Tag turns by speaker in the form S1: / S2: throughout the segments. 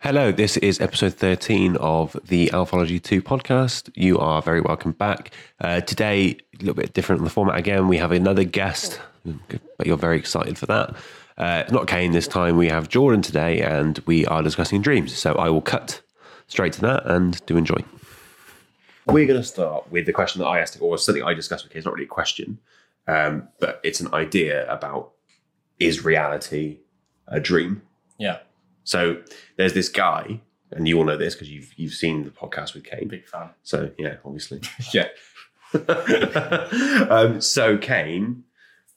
S1: Hello, this is episode 13 of the Alphology 2 podcast. You are very welcome back. Uh, today, a little bit different on the format again. We have another guest, but you're very excited for that. Uh, not Kane this time, we have Jordan today, and we are discussing dreams. So I will cut straight to that and do enjoy. We're going to start with the question that I asked, or something I discussed with kids. Not really a question, um, but it's an idea about is reality a dream?
S2: Yeah,
S1: So there's this guy, and you all know this because you've you've seen the podcast with Kane.
S2: big fan.
S1: So yeah, obviously.
S2: Yeah.
S1: um, so Kane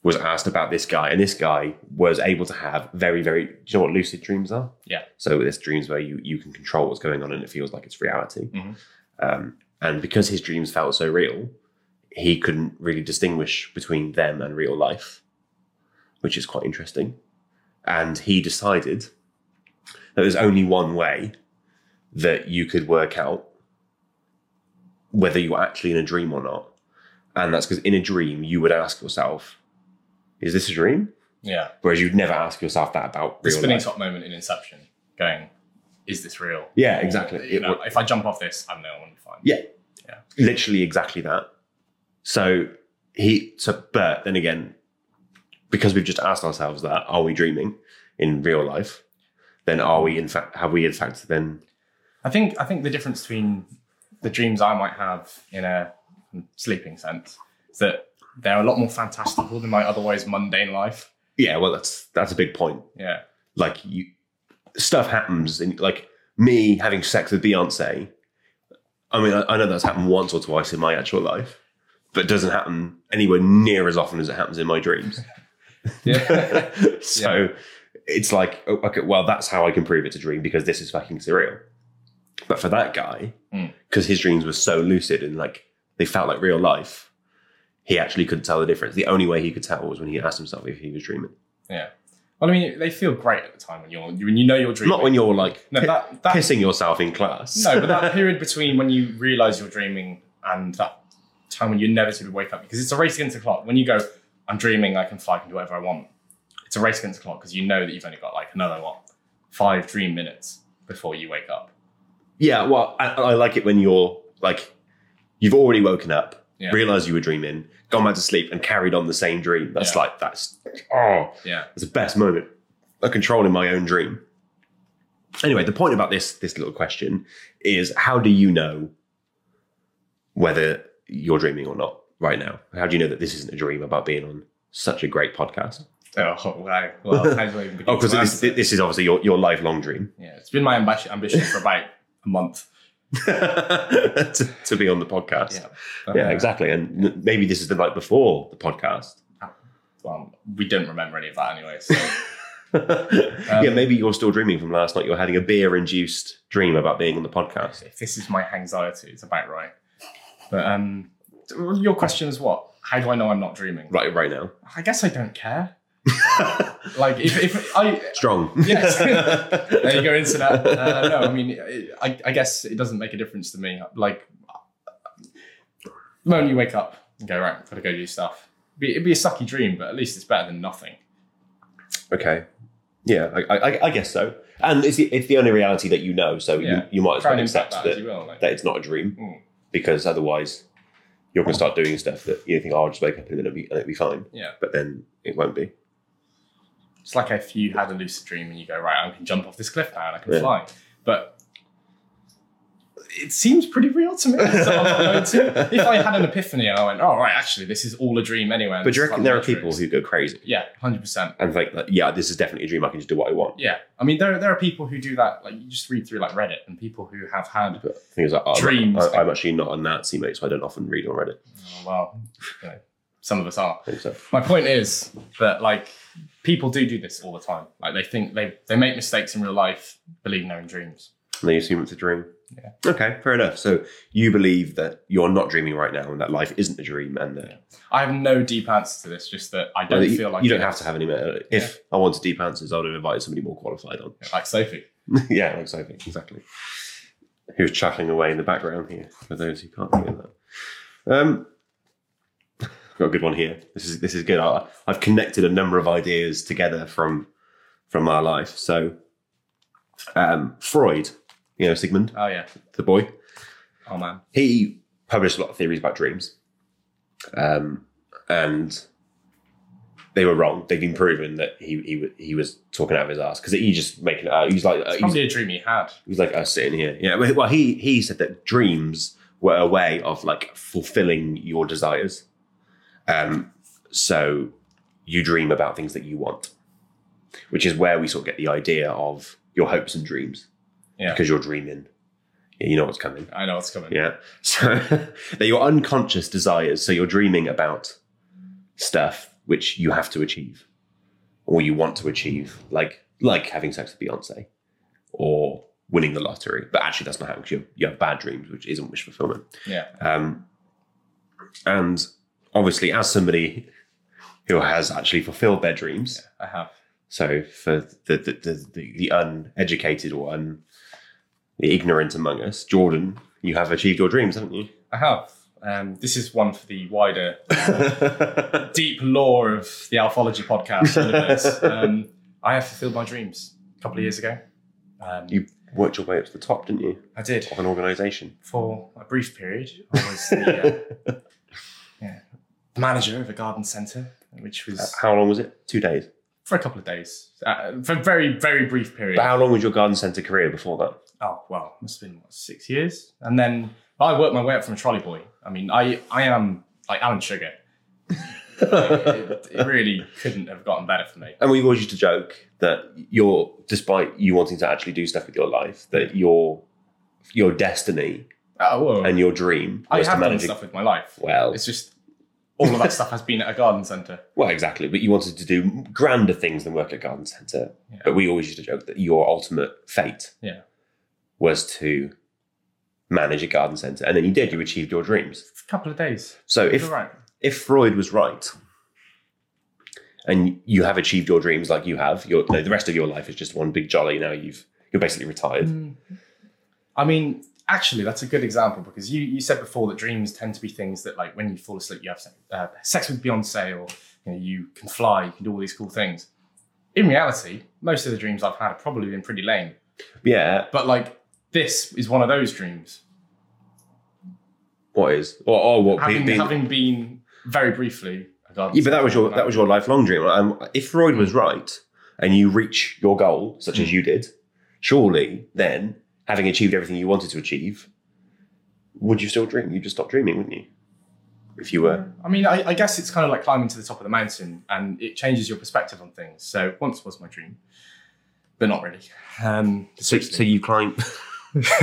S1: was asked about this guy, and this guy was able to have very, very. Do you know what lucid dreams are?
S2: Yeah.
S1: So there's dreams where you you can control what's going on, and it feels like it's reality.
S2: Mhm.
S1: Um, and because his dreams felt so real, he couldn't really distinguish between them and real life, which is quite interesting. And he decided that there's only one way that you could work out whether you're actually in a dream or not. And that's because in a dream, you would ask yourself, is this a dream?
S2: Yeah.
S1: Whereas you'd never ask yourself that about
S2: The
S1: real
S2: spinning
S1: life.
S2: top moment in Inception, going, is this real?
S1: Yeah,
S2: Or,
S1: exactly.
S2: you
S1: It
S2: know,
S1: would-
S2: if I jump off this, I'm no one fine.
S1: Yeah.
S2: Yeah.
S1: Literally exactly that. So he so but then again, because we've just asked ourselves that, are we dreaming in real life? Then are we in fact have we in fact then
S2: I think I think the difference between the dreams I might have in a sleeping sense is that they're a lot more fantastical than my otherwise mundane life.
S1: Yeah, well that's that's a big point.
S2: Yeah.
S1: Like you stuff happens and like me having sex with Beyonce, I mean I, I know that's happened once or twice in my actual life, but it doesn't happen anywhere near as often as it happens in my dreams. so it's like, oh, okay, well, that's how I can prove it's a dream because this is fucking surreal. But for that guy,
S2: Mm.
S1: because his dreams were so lucid and like they felt like real life, he actually couldn't tell the difference. The only way he could tell was when he asked himself if he was dreaming.
S2: yeah. Well, I mean, they feel great at the time when you're when you know you're dreaming.
S1: Not when you're like
S2: no,
S1: pi-
S2: that, that
S1: pissing yourself in class.
S2: No, but that period between when you realise you're dreaming and that time when you inevitably wake up, because it's a race against the clock. When you go, I'm dreaming, I can fly, I can do whatever I want. It's a race against the clock because you know that you've only got like another what five dream minutes before you wake up.
S1: yeah, well, I, I like it when you're like, you've already woken up,
S2: Yeah.
S1: realized you were dreaming, gone back to sleep, and carried on the same dream. That's
S2: Yeah.
S1: like, that's, oh,
S2: Yeah,
S1: It's the best moment of controlling my own dream. Anyway, the point about this this little question is how do you know whether you're dreaming or not right now? How do you know that this isn't a dream about being on such a great podcast?
S2: Oh wow! Well, how do I even begin
S1: Oh, because
S2: to
S1: this,
S2: answer?
S1: this is obviously your, your lifelong dream
S2: yeah, it's been my ambi- ambition for about a month.
S1: to, to be on the podcast.
S2: Yeah,
S1: Yeah,
S2: Uh,
S1: exactly. And n- maybe this is the night before the podcast.
S2: Well, we don't remember any of that anyway. So
S1: yeah,
S2: Um,
S1: maybe you're still dreaming from last night. You're having a beer induced dream about being on the podcast.
S2: if this is my anxiety, it's about right. But um, your question is what? How do I know I'm not dreaming?
S1: Right, right now.
S2: I guess I don't care. Like if, if I
S1: Strong.
S2: Yes. there you go internet. Uh, no, I mean I, I guess it doesn't make a difference to me. Like the moment you wake up and go right, gotta go do stuff. Be, it'd be a sucky dream, but at least it's better than nothing.
S1: Okay. Yeah, I, I, I guess so. And it's the, it's the only reality that you know, so
S2: Yeah.
S1: you, you might as
S2: Try
S1: well
S2: and accept
S1: accept
S2: that
S1: that,
S2: as you will. Like,
S1: that it's not a dream,
S2: Mm.
S1: because otherwise you're going to start doing stuff that you think, oh, I'll just wake up and it'll be, and it'll be fine.
S2: Yeah.
S1: But then it won't be.
S2: it's like if you had a lucid dream and you go right, I can jump off this cliff now and I can
S1: Yeah.
S2: fly. But it seems pretty real to me. so I'm not going to. If I had an epiphany and I went, oh right, actually this is all a dream anyway. and
S1: But do you
S2: this is
S1: reckon there are
S2: like the
S1: people
S2: truth."
S1: who go crazy
S2: Yeah, hundred percent.
S1: and think, that, yeah, this is definitely a dream, I can just do what I want?
S2: Yeah, I mean there there are people who do that. Like you just read through like Reddit and people who have had
S1: But the thing is, like, oh, I'm-
S2: Dreams.
S1: I, I'm actually not a Nazi, mate, so I don't often read on Reddit.
S2: oh, well, you know, some of us are.
S1: And So,
S2: My point is that like people do do this all the time. Like they think they they make mistakes in real life, believe no in dreams.
S1: and they assume it's a dream.
S2: Yeah.
S1: Okay, fair enough. So you believe that you're not dreaming right now and that life isn't a dream and that
S2: Yeah. I have no deep answer to this. Just that I don't
S1: Well, you,
S2: feel like
S1: you don't
S2: it.
S1: have to have any. uh, If I wanted deep answers, I would have invited somebody more qualified on.
S2: like Sophie.
S1: yeah, like Sophie, exactly. Who's chuckling away in the background here? For those who can't hear that, um, got a good one here. This is this is good. I, I've connected a number of ideas together from from our life. So um, Freud, you know, Sigmund,
S2: Oh yeah.
S1: the boy,
S2: Oh man.
S1: he published a lot of theories about dreams. Um, and they were wrong. They've been proven that he he, wa- he was talking out of his ass because he just making it out. He was like, uh,
S2: It's
S1: he was
S2: probably a dream he had.
S1: He was like us sitting here. Yeah. well, Well, he he said that dreams were a way of like fulfilling your desires. Um, so you dream about things that you want, which is where we sort of get the idea of your hopes and dreams.
S2: Yeah.
S1: Because you're dreaming. Yeah, you know what's coming.
S2: I know what's coming.
S1: Yeah. So they're your unconscious desires. So you're dreaming about stuff which you have to achieve or you want to achieve, like like having sex with Beyonce or winning the lottery. But actually, that's not happening 'cause you, you have bad dreams, which isn't wish fulfillment.
S2: Yeah.
S1: Um, and obviously, as somebody who has actually fulfilled their dreams,
S2: I have.
S1: so for the the, the, the, the uneducated or un, the ignorant among us, Jordan, you have achieved your dreams, haven't you?
S2: I have. Um, this is one for the wider deep lore of the Alphology podcast universe. um, I have fulfilled my dreams a couple of years ago. Um,
S1: You- Worked your way up to the top, didn't you,
S2: I did
S1: of an organisation?
S2: for a brief period. I was the uh, manager of a garden centre, which was
S1: how long was it? Two days.
S2: for a couple of days, uh, for a very very brief period.
S1: But how long was your garden centre career before that?
S2: oh well, must have been what six years, and then I worked my way up from a trolley boy. I mean, I I am like Alan Sugar. It, it really couldn't have gotten better for me.
S1: And we always used to joke that you're, despite you wanting to actually do stuff with your life, that your your destiny
S2: Oh, whoa.
S1: and your dream
S2: I
S1: was to
S2: have done
S1: manage. a-
S2: stuff with my life.
S1: Well,
S2: It's just all of that stuff has been at a garden centre.
S1: Well, exactly. But you wanted to do grander things than work at garden centre.
S2: Yeah.
S1: But we always used to joke that your ultimate fate
S2: Yeah.
S1: was to manage a garden centre, and then you did. You achieved your dreams.
S2: A couple of days.
S1: So if
S2: It's all right.
S1: if Freud was right, and you have achieved your dreams like you have, your no, the rest of your life is just one big jolly. Now you've you're basically retired.
S2: Mm. I mean, actually, that's a good example because you, you said before that dreams tend to be things that, like, when you fall asleep, you have sex, uh, sex with Beyonce or you, know, you can fly, you can do all these cool things. In reality, most of the dreams I've had have probably been pretty lame.
S1: Yeah.
S2: But, like, this is one of those dreams.
S1: What is? Or, or what?
S2: Having,
S1: being-
S2: having been very briefly a garden
S1: Yeah, but that was your
S2: centre,
S1: that was your lifelong dream. Um, if Freud was right, and you reach your goal, such
S2: Hmm.
S1: as you did, surely then, having achieved everything you wanted to achieve, would you still dream? You'd just stop dreaming, wouldn't you? If you were,
S2: I mean, I, I guess it's kind of like climbing to the top of the mountain and it changes your perspective on things. So once was my dream, but not really. Um,
S1: so, so you climb, so
S2: But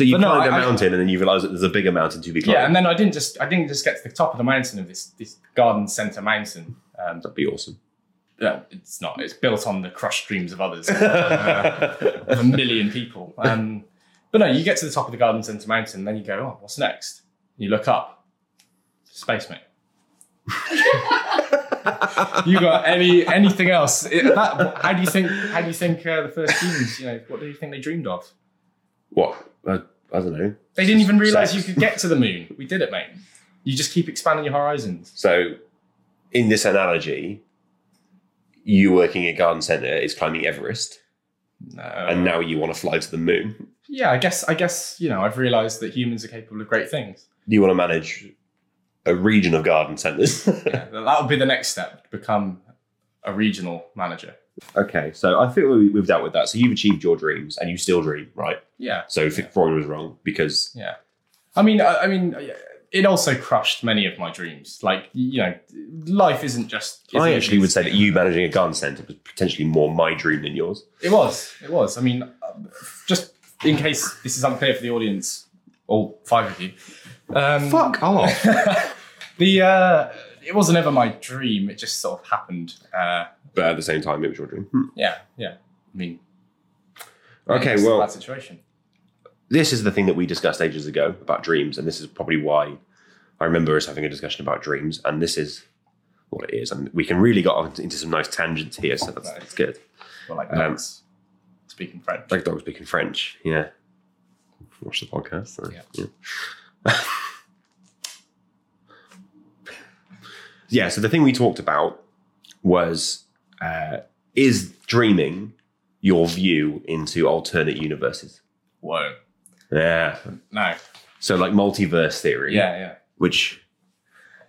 S1: you
S2: no,
S1: climb a
S2: I- I-
S1: mountain, and then you realize that there's a bigger mountain to be climbed.
S2: yeah, and then I didn't just I didn't just get to the top of the mountain of this this garden centre mountain. Um,
S1: that'd be awesome.
S2: no, it's not. It's built on the crushed dreams of others, uh, of a million people. Um, but no, you get to the top of the garden centre mountain, then you go, oh, what's next? You look up, space mate. you got any anything else? It- that- how do you think? How do you think uh, the first humans? You know, what do you think they dreamed of?
S1: What? I, I don't know.
S2: They didn't even realise you
S1: Sex.
S2: could get to the moon. We did it, mate. You just keep expanding your horizons.
S1: So, in this analogy, you working at garden centre is climbing Everest,
S2: No.
S1: and now you want to fly to the moon.
S2: yeah, I guess I guess you know I've realised that humans are capable of great things.
S1: you want to manage a region of garden centres.
S2: Yeah, that would be the next step: become a regional manager.
S1: okay, so I think we, we've dealt with that. So you've achieved your dreams, and you still dream, right?
S2: Yeah,
S1: So
S2: Yeah.
S1: Freud was wrong because
S2: I mean, I, I mean, uh, it also crushed many of my dreams. Like you know, life isn't just.
S1: I
S2: isn't
S1: actually would
S2: just-
S1: say that you managing a garden centre was potentially more my dream than yours.
S2: It was. It was. I mean, um, just in case this is unclear for the audience, all five of you. Um,
S1: off.
S2: the uh, it wasn't ever my dream. It just sort of happened. Uh,
S1: but at the same time, it was your dream. Hmm.
S2: yeah, yeah. I mean,
S1: Okay,
S2: it's a
S1: well,
S2: bad situation.
S1: this is the thing that we discussed ages ago about dreams, and this is probably why I remember us having a discussion about dreams, and this is what it is. And we can really get on into some nice tangents here, so that's, that's good.
S2: Well, like
S1: Um,
S2: dogs speaking French.
S1: Like dogs speaking French. Yeah. Watch the podcast. so,
S2: Yeah.
S1: Yeah. Yeah, So the thing we talked about was uh, is dreaming your view into alternate universes.
S2: Whoa.
S1: Yeah.
S2: No.
S1: So like multiverse theory.
S2: Yeah, yeah.
S1: Which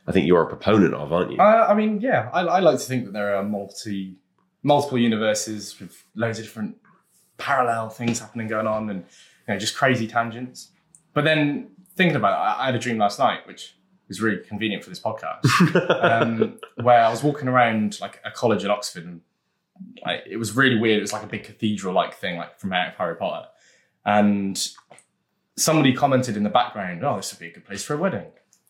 S1: I think you're a proponent of, aren't you?
S2: Uh, I mean, yeah, I, I like to think that there are multi, multiple universes with loads of different parallel things happening going on, and you know, just crazy tangents. But then thinking about it, I, I had a dream last night, which was really convenient for this podcast,
S1: Uh,
S2: um, where I was walking around like a college in Oxford, and like, it was really weird. It was like a big cathedral-like thing, like from out of Harry Potter, and somebody commented in the background, "Oh, this would be a good place for a wedding."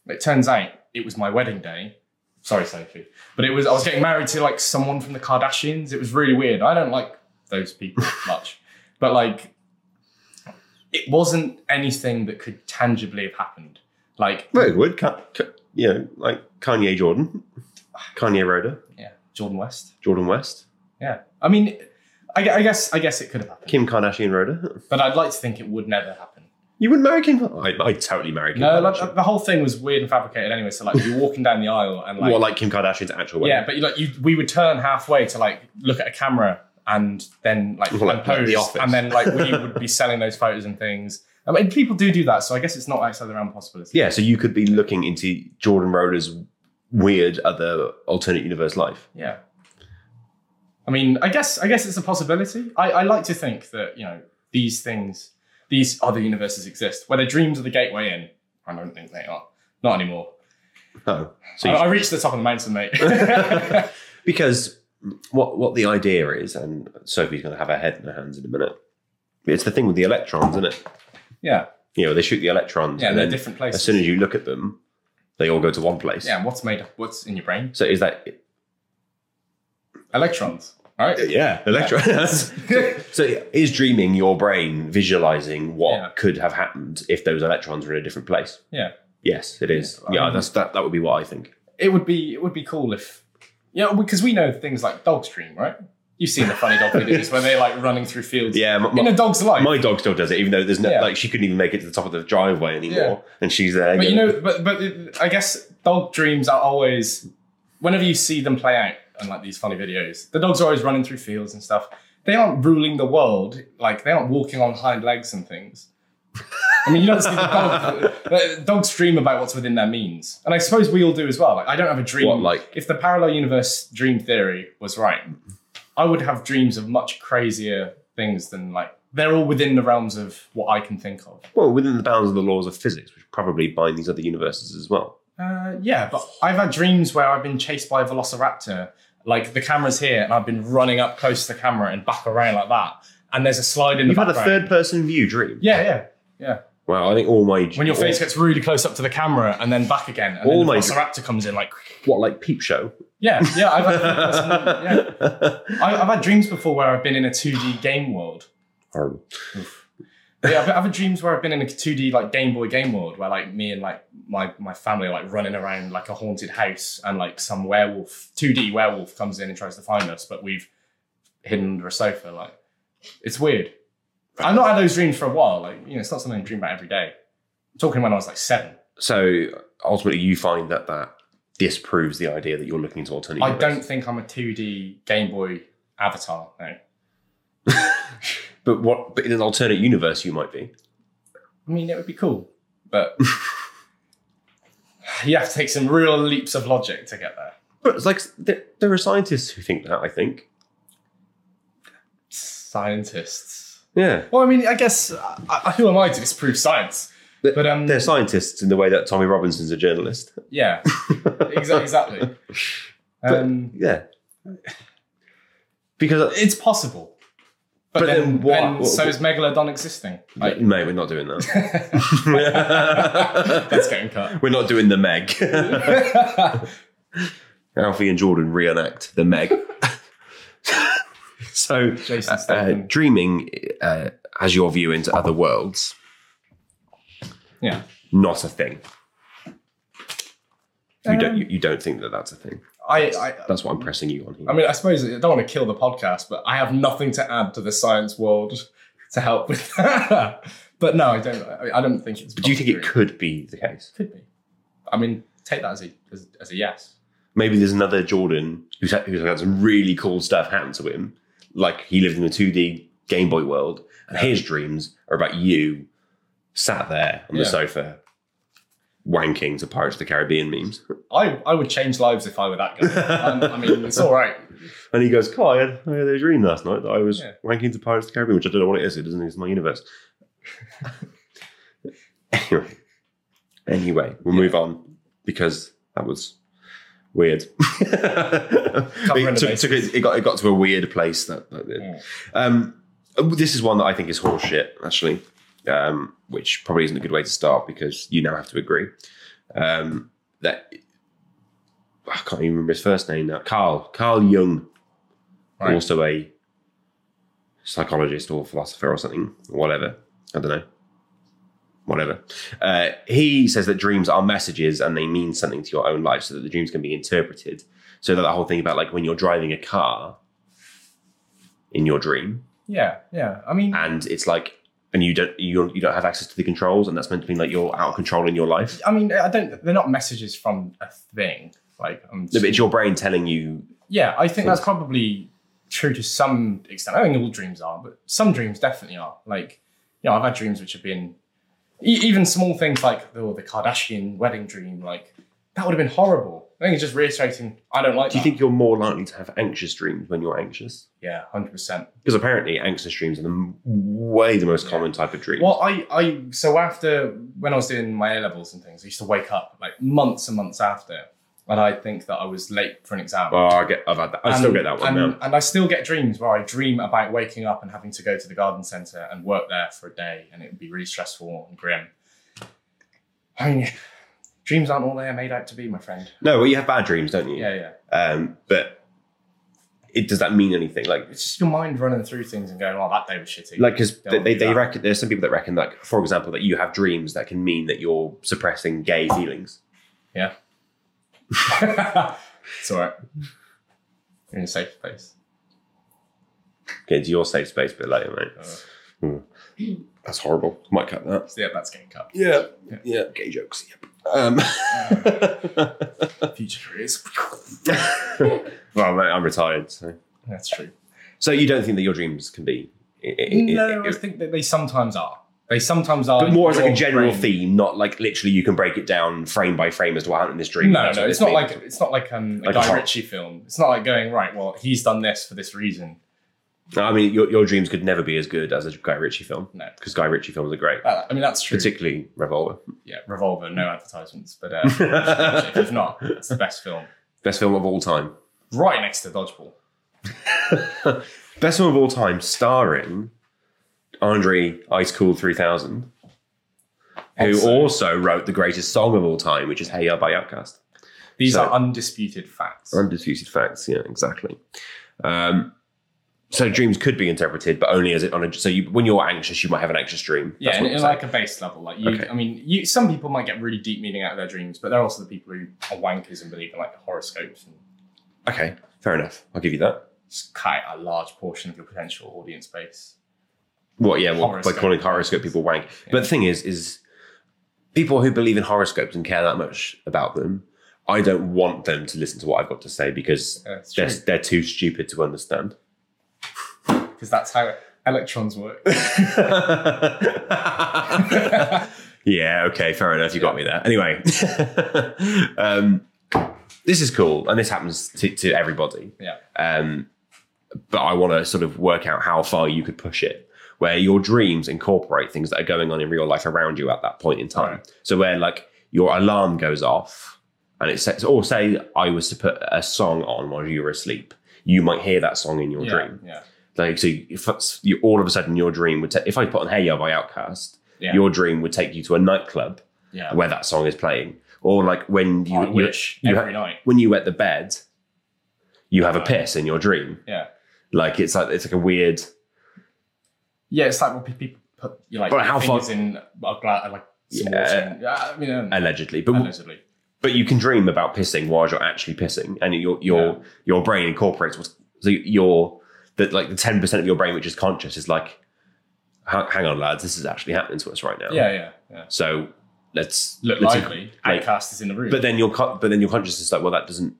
S2: It turns out it was my wedding day, sorry sophie but it was i was getting married to like someone from the kardashians it was really weird i don't like those people much but like it wasn't anything that could tangibly have happened like
S1: Very good. Ka- Ka- you know, like Kanye Jordan, Kanye Roda,
S2: yeah jordan west
S1: Jordan West,
S2: yeah i mean i, gu- I guess i guess it could have happened
S1: Kim Kardashian Roda.
S2: but i'd like to think it would never happen
S1: You wouldn't marry Kim? I, I totally marry Kim.
S2: no like
S1: Kardashian.
S2: the- the whole thing was weird and fabricated anyway so like you're walking down the aisle and like
S1: well, like Kim Kardashian's actual wedding.
S2: yeah but you like you we would turn halfway to like look at a camera and then like,
S1: Well, like,
S2: and
S1: like
S2: pose
S1: The Office.
S2: and then like we would be selling those photos and things i mean people do do that so i guess it's not outside the realm of possibility
S1: Yeah, so you could be looking into Jordan Roda's weird other alternate universe life.
S2: yeah i mean i guess i guess it's a possibility i, I like to think that you know these things these other universes exist where their dreams are the gateway in i don't think they are not anymore
S1: Oh, so
S2: I,
S1: you
S2: I reached the top of the mountain mate
S1: because what what the idea is, and Sophie's going to have her head in her hands in a minute. It's the thing with the electrons, isn't it?
S2: yeah
S1: You know, they shoot the electrons,
S2: yeah
S1: and
S2: they're
S1: then
S2: different
S1: as
S2: places
S1: soon as you look at them, they all go to one place.
S2: yeah and what's made up what's in your brain
S1: So is that
S2: electrons right
S1: yeah, electrons? so is dreaming your brain visualizing what
S2: Yeah.
S1: could have happened if those electrons were in a different place?
S2: yeah
S1: Yes, it is.
S2: Yeah, I
S1: Yeah,
S2: mean-
S1: that's that. That would be what I think.
S2: it would be it would be cool if yeah because we know things like dogs dream right you've seen the funny dog videos where they're like running through fields
S1: Yeah, my- my-
S2: in a dog's life
S1: My dog still does it, even though there's no
S2: Yeah.
S1: like she couldn't even make it to the top of the driveway anymore,
S2: Yeah.
S1: and she's there.
S2: but
S1: going,
S2: you know but but it, i guess dog dreams are always whenever you see them play out on like these funny videos the dogs are always running through fields and stuff they aren't ruling the world like they aren't walking on hind legs and things I mean, you don't see the dog. the- Dogs dream about what's within their means, and I suppose we all do as well. Like, I don't have a dream.
S1: What, like-
S2: if the parallel universe dream theory was right, I would have dreams of much crazier things than like they're all within the realms of what I can think of.
S1: well, within the bounds of the laws of physics, which probably bind these other universes as well.
S2: Uh, yeah, but I've had dreams where I've been chased by a velociraptor. Like the camera's here, and I've been running up close to the camera and back around like that. And there's a slide in the
S1: You've had a
S2: background.
S1: third-person view dream.
S2: Yeah, yeah, yeah.
S1: Wow, I think all my
S2: When your
S1: all-
S2: face gets really close up to the camera and then back again, and
S1: All
S2: then the
S1: Oh. my-
S2: velociraptor comes in like.
S1: what like peep show.
S2: Yeah, yeah. I've had, yeah. I, I've had dreams before where I've been in a 2D game world.
S1: Horrible.
S2: Yeah, I've, I've had dreams where I've been in a 2D like Game Boy game world where like me and like my my family are like running around like a haunted house and like some werewolf 2D werewolf comes in and tries to find us, but we've hidden under a sofa. Like it's weird. I've not had those dreams for a while. Like you know, it's not something I dream about every day. I'm talking when I was like seven.
S1: So ultimately, you find that that disproves the idea that you're looking into alternate.
S2: I
S1: universes.
S2: don't think I'm a 2D Game Boy avatar. No.
S1: But what? But in an alternate universe, you might be.
S2: I mean, it would be cool, but you have to take some real leaps of logic to get there.
S1: But it's like there, there are scientists who think that. I think.
S2: Scientists.
S1: Yeah.
S2: Well, I mean, I guess I, I, who am I to disprove science?
S1: Th-
S2: But um,
S1: They're scientists in the way that Tommy Robinson's a journalist.
S2: yeah, exa- exactly. Um,
S1: Yeah. Because
S2: it's possible, but,
S1: But
S2: then,
S1: then what?
S2: then
S1: What-
S2: so
S1: what-
S2: is megalodon existing? Like,
S1: mate, we're not doing that.
S2: that's getting cut.
S1: We're not doing the Meg. Uh, Alfie and Jordan reenact the Meg. so,
S2: Jason
S1: uh,
S2: Statham.
S1: dreaming uh, as your view into other worlds,
S2: yeah.
S1: not a thing. You
S2: Um,
S1: don't. You, you don't think that that's a thing.
S2: I, I,
S1: That's what I'm pressing you on here.
S2: I mean, I suppose I don't want to kill the podcast, but I have nothing to add to the science world to help with that. but no, I don't. I, I don't think it's.
S1: but do you think it could be the case?
S2: could be? I mean, take that as a as, as a yes.
S1: Maybe there's another Jordan who's had, who's had some really cool stuff happen to him, like he lived in the 2D Game Boy world, and his dreams are about you sat there on the
S2: Yeah.
S1: sofa wanking to Pirates of the Caribbean memes.
S2: I, I would change lives if I were that guy. Um, I mean, it's all right.
S1: And he goes, "Kai, I had, I had a dream last night that I was
S2: Yeah.
S1: wanking to Pirates of the Caribbean, which I don't know what it is. It doesn't exist in my universe." anyway, anyway, we'll move on because that was weird.
S2: the
S1: it, took-
S2: bases.
S1: took it, it got it got to a weird place. That, that it-
S2: Mm.
S1: um, this is one that I think is horseshit, actually, um, which probably isn't a good way to start because you now have to agree um, that. I can't even remember his first name now. Carl. Carl Jung
S2: Right.
S1: also a psychologist or philosopher or something, or whatever. I don't know. Whatever. Uh, he says that dreams are messages and they mean something to your own life so that the dreams can be interpreted. So that, that whole thing about like when you're driving a car in your dream
S2: Yeah, yeah. I mean,
S1: and it's like, and you don't you you don't have access to the controls, and that's meant to mean like you're out of control in your life.
S2: I mean, I don't. They're not messages from a thing. Like, I'm
S1: No, but it's your brain telling you
S2: yeah, I think that's probably true to some extent. I don't think all dreams are, but some dreams definitely are. Like, you know, I've had dreams which have been e- even small things like oh, the, the Kardashian wedding dream. Like, that would have been horrible. I think it's just reiterating. I don't like.
S1: do you
S2: that.
S1: think you're more likely to have anxious dreams when you're anxious?
S2: Yeah, hundred percent.
S1: Because apparently anxious dreams are the m- way the most common type of dream.
S2: Well, I, I, so after when I was doing my A levels and things, I used to wake up like months and months after, and I think that I was late for an exam.
S1: Oh, I get, I've had that. I still
S2: And-
S1: get that one
S2: and,
S1: now.
S2: And I still get dreams where I dream about waking up and having to go to the garden centre and work there for a day, and it would be really stressful and grim. I mean, dreams aren't all they are made out to be, my friend.
S1: No, well, you have bad dreams, don't you?
S2: Yeah, yeah.
S1: Um, but it does that mean anything? Like,
S2: It's just your mind running through things and going, "Oh, that day was shitty."
S1: like because they
S2: Don't
S1: they,
S2: do
S1: they
S2: that.
S1: reckon there's some people that reckon like, for example, that you have dreams that can mean that you're suppressing gay feelings.
S2: it's all right. You're in a safe place.
S1: Get into your safe space a bit later, mate.
S2: Uh,
S1: That's horrible. Might cut that.
S2: so yeah, that's getting cut.
S1: Yeah,
S2: Yeah.
S1: yeah. Gay jokes. Yep. Um,
S2: Future careers.
S1: well, mate, I'm retired, so
S2: That's true.
S1: so you don't think that your dreams can be. i- i- i-
S2: No,
S1: i-
S2: I think that they sometimes are. They sometimes are.
S1: But more as like a
S2: your
S1: general
S2: brain.
S1: theme, not like literally you can break it down frame by frame as to what happened in this dream.
S2: No,
S1: That's
S2: no,
S1: what
S2: it's
S1: this
S2: not
S1: means.
S2: like it's not like um, a
S1: Like a
S2: Guy
S1: horror-
S2: Ritchie film. It's not like going right. Well, he's done this for this reason.
S1: No, I mean, your, your dreams could never be as good as a Guy Ritchie film
S2: No,
S1: because Guy Ritchie films are great,
S2: Uh, I mean that's true.
S1: particularly Revolver.
S2: yeah, Revolver, no advertisements, but uh, if not, it's the best film,
S1: Best film of all time.
S2: right next to Dodgeball.
S1: Best film of all time, starring Andre Ice Cool 3000, who
S2: Also-
S1: also wrote the greatest song of all time, which is Hey Ya by Outkast.
S2: These
S1: So-
S2: are undisputed facts.
S1: Undisputed facts, yeah, exactly. Um, so dreams could be interpreted, but only as it on a. So you, when you're anxious, you might have an anxious dream.
S2: yeah,
S1: That's
S2: and
S1: what
S2: in
S1: you're
S2: like a base level, like you,
S1: Okay.
S2: I mean, you. Some people might get really deep meaning out of their dreams, but they're also the people who are wankers and believe in like horoscopes and
S1: saying. okay, fair enough. I'll give you that.
S2: just cut out a large portion of your potential audience base.
S1: Well, yeah, well, by
S2: Horoscope.
S1: calling horoscope people wank. But the thing is, is people who believe in horoscopes and care that much about them, I don't want them to listen to what I've got to say because
S2: Yeah, That's
S1: they're,
S2: true.
S1: they're too stupid to understand.
S2: Because that's how electrons work.
S1: yeah, okay, fair enough. You got me there. Anyway, um, this is cool, and this happens to, to everybody.
S2: Yeah.
S1: Um, but I want to sort of work out how far you could push it, where your dreams incorporate things that are going on in real life around you at that point in time. So where like your alarm goes off, and it sets, or say I was to put a song on while you were asleep, you might hear that song in your
S2: yeah,
S1: dream.
S2: Yeah.
S1: Like, so if it's- you, all of a sudden your dream would, ta- if I put on Hey Ya by Outcast,
S2: Yeah.
S1: your dream would take you to a nightclub
S2: Yeah.
S1: where that song is playing. Or like when you,
S2: I
S1: you-
S2: wish
S1: you
S2: Oh, every night.
S1: when you wet the bed, you have a
S2: Right.
S1: piss in your dream.
S2: Yeah.
S1: Like it's like, it's like a weird,
S2: Yeah, it's like when pe- people put you like
S1: But how
S2: your
S1: far-
S2: fingers in a gla- uh, like some
S1: Yeah.
S2: water and- yeah, I mean, um,
S1: allegedly, but,
S2: allegedly.
S1: but you can dream about pissing while you're actually pissing and your, your, your brain incorporates what's, so your, that like the 10% of your brain, which is conscious is like, "Hang- hang on lads, this is actually happening to us right now.
S2: Yeah, yeah, yeah.
S1: So let's
S2: Look
S1: let's-
S2: lively.
S1: like-
S2: Outcast is in the room.
S1: but then your co- but then your conscious is like, well, that doesn't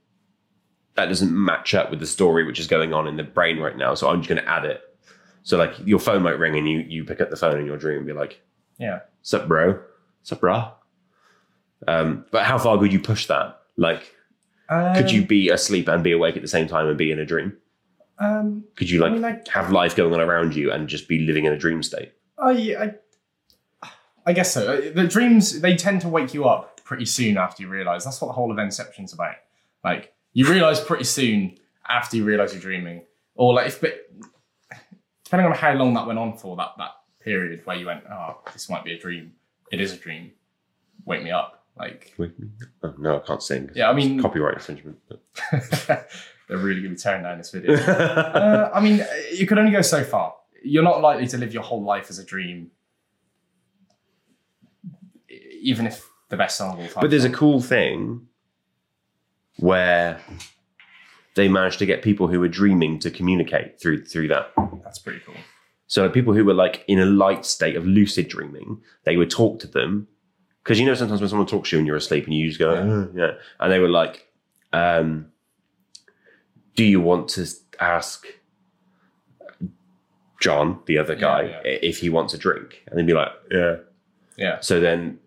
S1: that doesn't match up with the story which is going on in the brain right now. So I'm just going to add it. So like your phone might ring and you you pick up the phone in your dream and be like,
S2: Yeah.
S1: sup bro, sup brah. Um, but how far would you push that? Like, could you be asleep and be awake at the same time and be in a dream?
S2: Um,
S1: Could you
S2: I
S1: like
S2: mean, like-
S1: have life going on around you and just be living in a dream state?
S2: I, I, I guess so. Uh, The dreams they tend to wake you up pretty soon after you realise. That's what the whole of Inception's about. Like you realise pretty soon after you realise you're dreaming, or like if but depending on how long that went on for that that period where you went, oh, this might be a dream. It is a dream. Wake me up. Like
S1: Oh, no, I can't sing.
S2: yeah, I mean
S1: Copyright infringement.
S2: they're really gonna be tearing down this video.
S1: But-
S2: uh, I mean, you can only go so far. You're not likely to live your whole life as a dream, e- even if the best song of all time.
S1: But there's a cool thing where they managed to get people who were dreaming to communicate through through that.
S2: that's pretty cool.
S1: So like, people who were like in a light state of lucid dreaming, they would talk to them because you know sometimes when someone talks to you and you're asleep and you just go
S2: Yeah.
S1: yeah, yeah. and they were like, um, "Do you want to ask John, the other
S2: Yeah,
S1: guy,
S2: yeah.
S1: i- if he wants a drink?" And they'd be like, "Yeah."
S2: Yeah,
S1: So then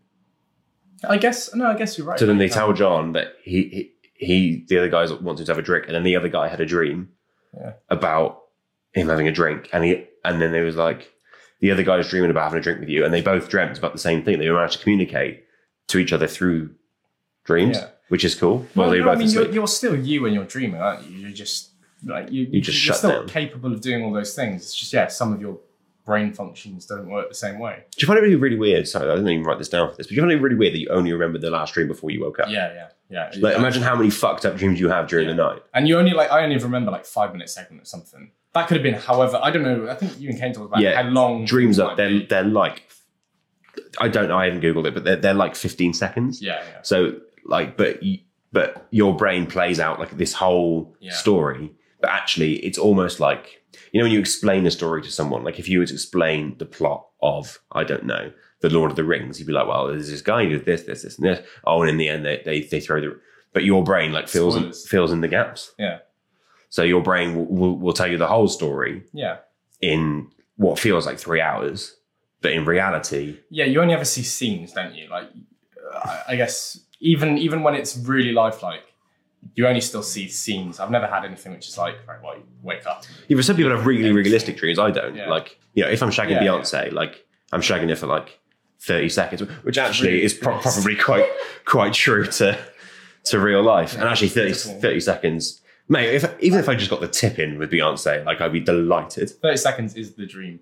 S2: I guess no, I guess you're right.
S1: So then they
S2: Like,
S1: tell John that he, he, he the other guys wanted to have a drink, and then the other guy had a dream
S2: Yeah.
S1: about him having a drink, and he, and then they was like, the other guy was dreaming about having a drink with you, and they both dreamt about the same thing. They managed to communicate to each other through dreams,
S2: Yeah.
S1: which is cool. Well,
S2: no,
S1: they were
S2: no,
S1: both
S2: I mean, you're,
S1: asleep.
S2: you're still you when you're dreaming, aren't you? You're just like you.
S1: You just
S2: you're
S1: shut
S2: still
S1: down.
S2: capable of doing all those things. It's just yeah, some of your brain functions don't work the same way.
S1: Do you find it really, really weird? Sorry, I didn't even write this down for this, but do you find it really weird that you only remember the last dream before you woke up?
S2: Yeah, yeah, yeah.
S1: Like, imagine how many fucked up dreams you have during
S2: Yeah.
S1: the night.
S2: And you only like I only remember like five minute segment or something. That could have been, however, I don't know. I think you and Kane talked about
S1: Yeah,
S2: how long
S1: Dreams
S2: it
S1: up,
S2: might
S1: they're,
S2: be.
S1: they're like, I don't know, I haven't Googled it, but they're, they're like 15 seconds.
S2: Yeah, yeah.
S1: So like, but y- but your brain plays out like this whole
S2: Yeah.
S1: story, but actually it's almost like you know when you explain a story to someone, like if you were to explain the plot of I don't know the Lord of the Rings, you'd be like, well, there's this guy who did this, this, this, and this. Oh, and in the end they they, they throw the but your brain like fills in,
S2: Spoilers.
S1: fills in the gaps.
S2: Yeah.
S1: So your brain will, will, will tell you the whole story
S2: Yeah.
S1: in what feels like three hours, but in reality,
S2: Yeah, you only ever see scenes, don't you? Like uh, I, I guess even even when it's really lifelike, you only still see scenes. I've never had anything which is like, right, well, you wake up.
S1: Yeah, but some people have really, really realistic dreams. I don't.
S2: Yeah.
S1: Like, you know, if I'm shagging
S2: Yeah,
S1: Beyonce, like I'm shagging her for like 30 seconds, which actually
S2: Really
S1: is pro-
S2: nice.
S1: probably quite quite true to to real life. And actually 30,
S2: Beautiful.
S1: 30 seconds, mate, if, even if I just got the tip in with Beyonce, like I'd be delighted.
S2: 30 seconds is the dream.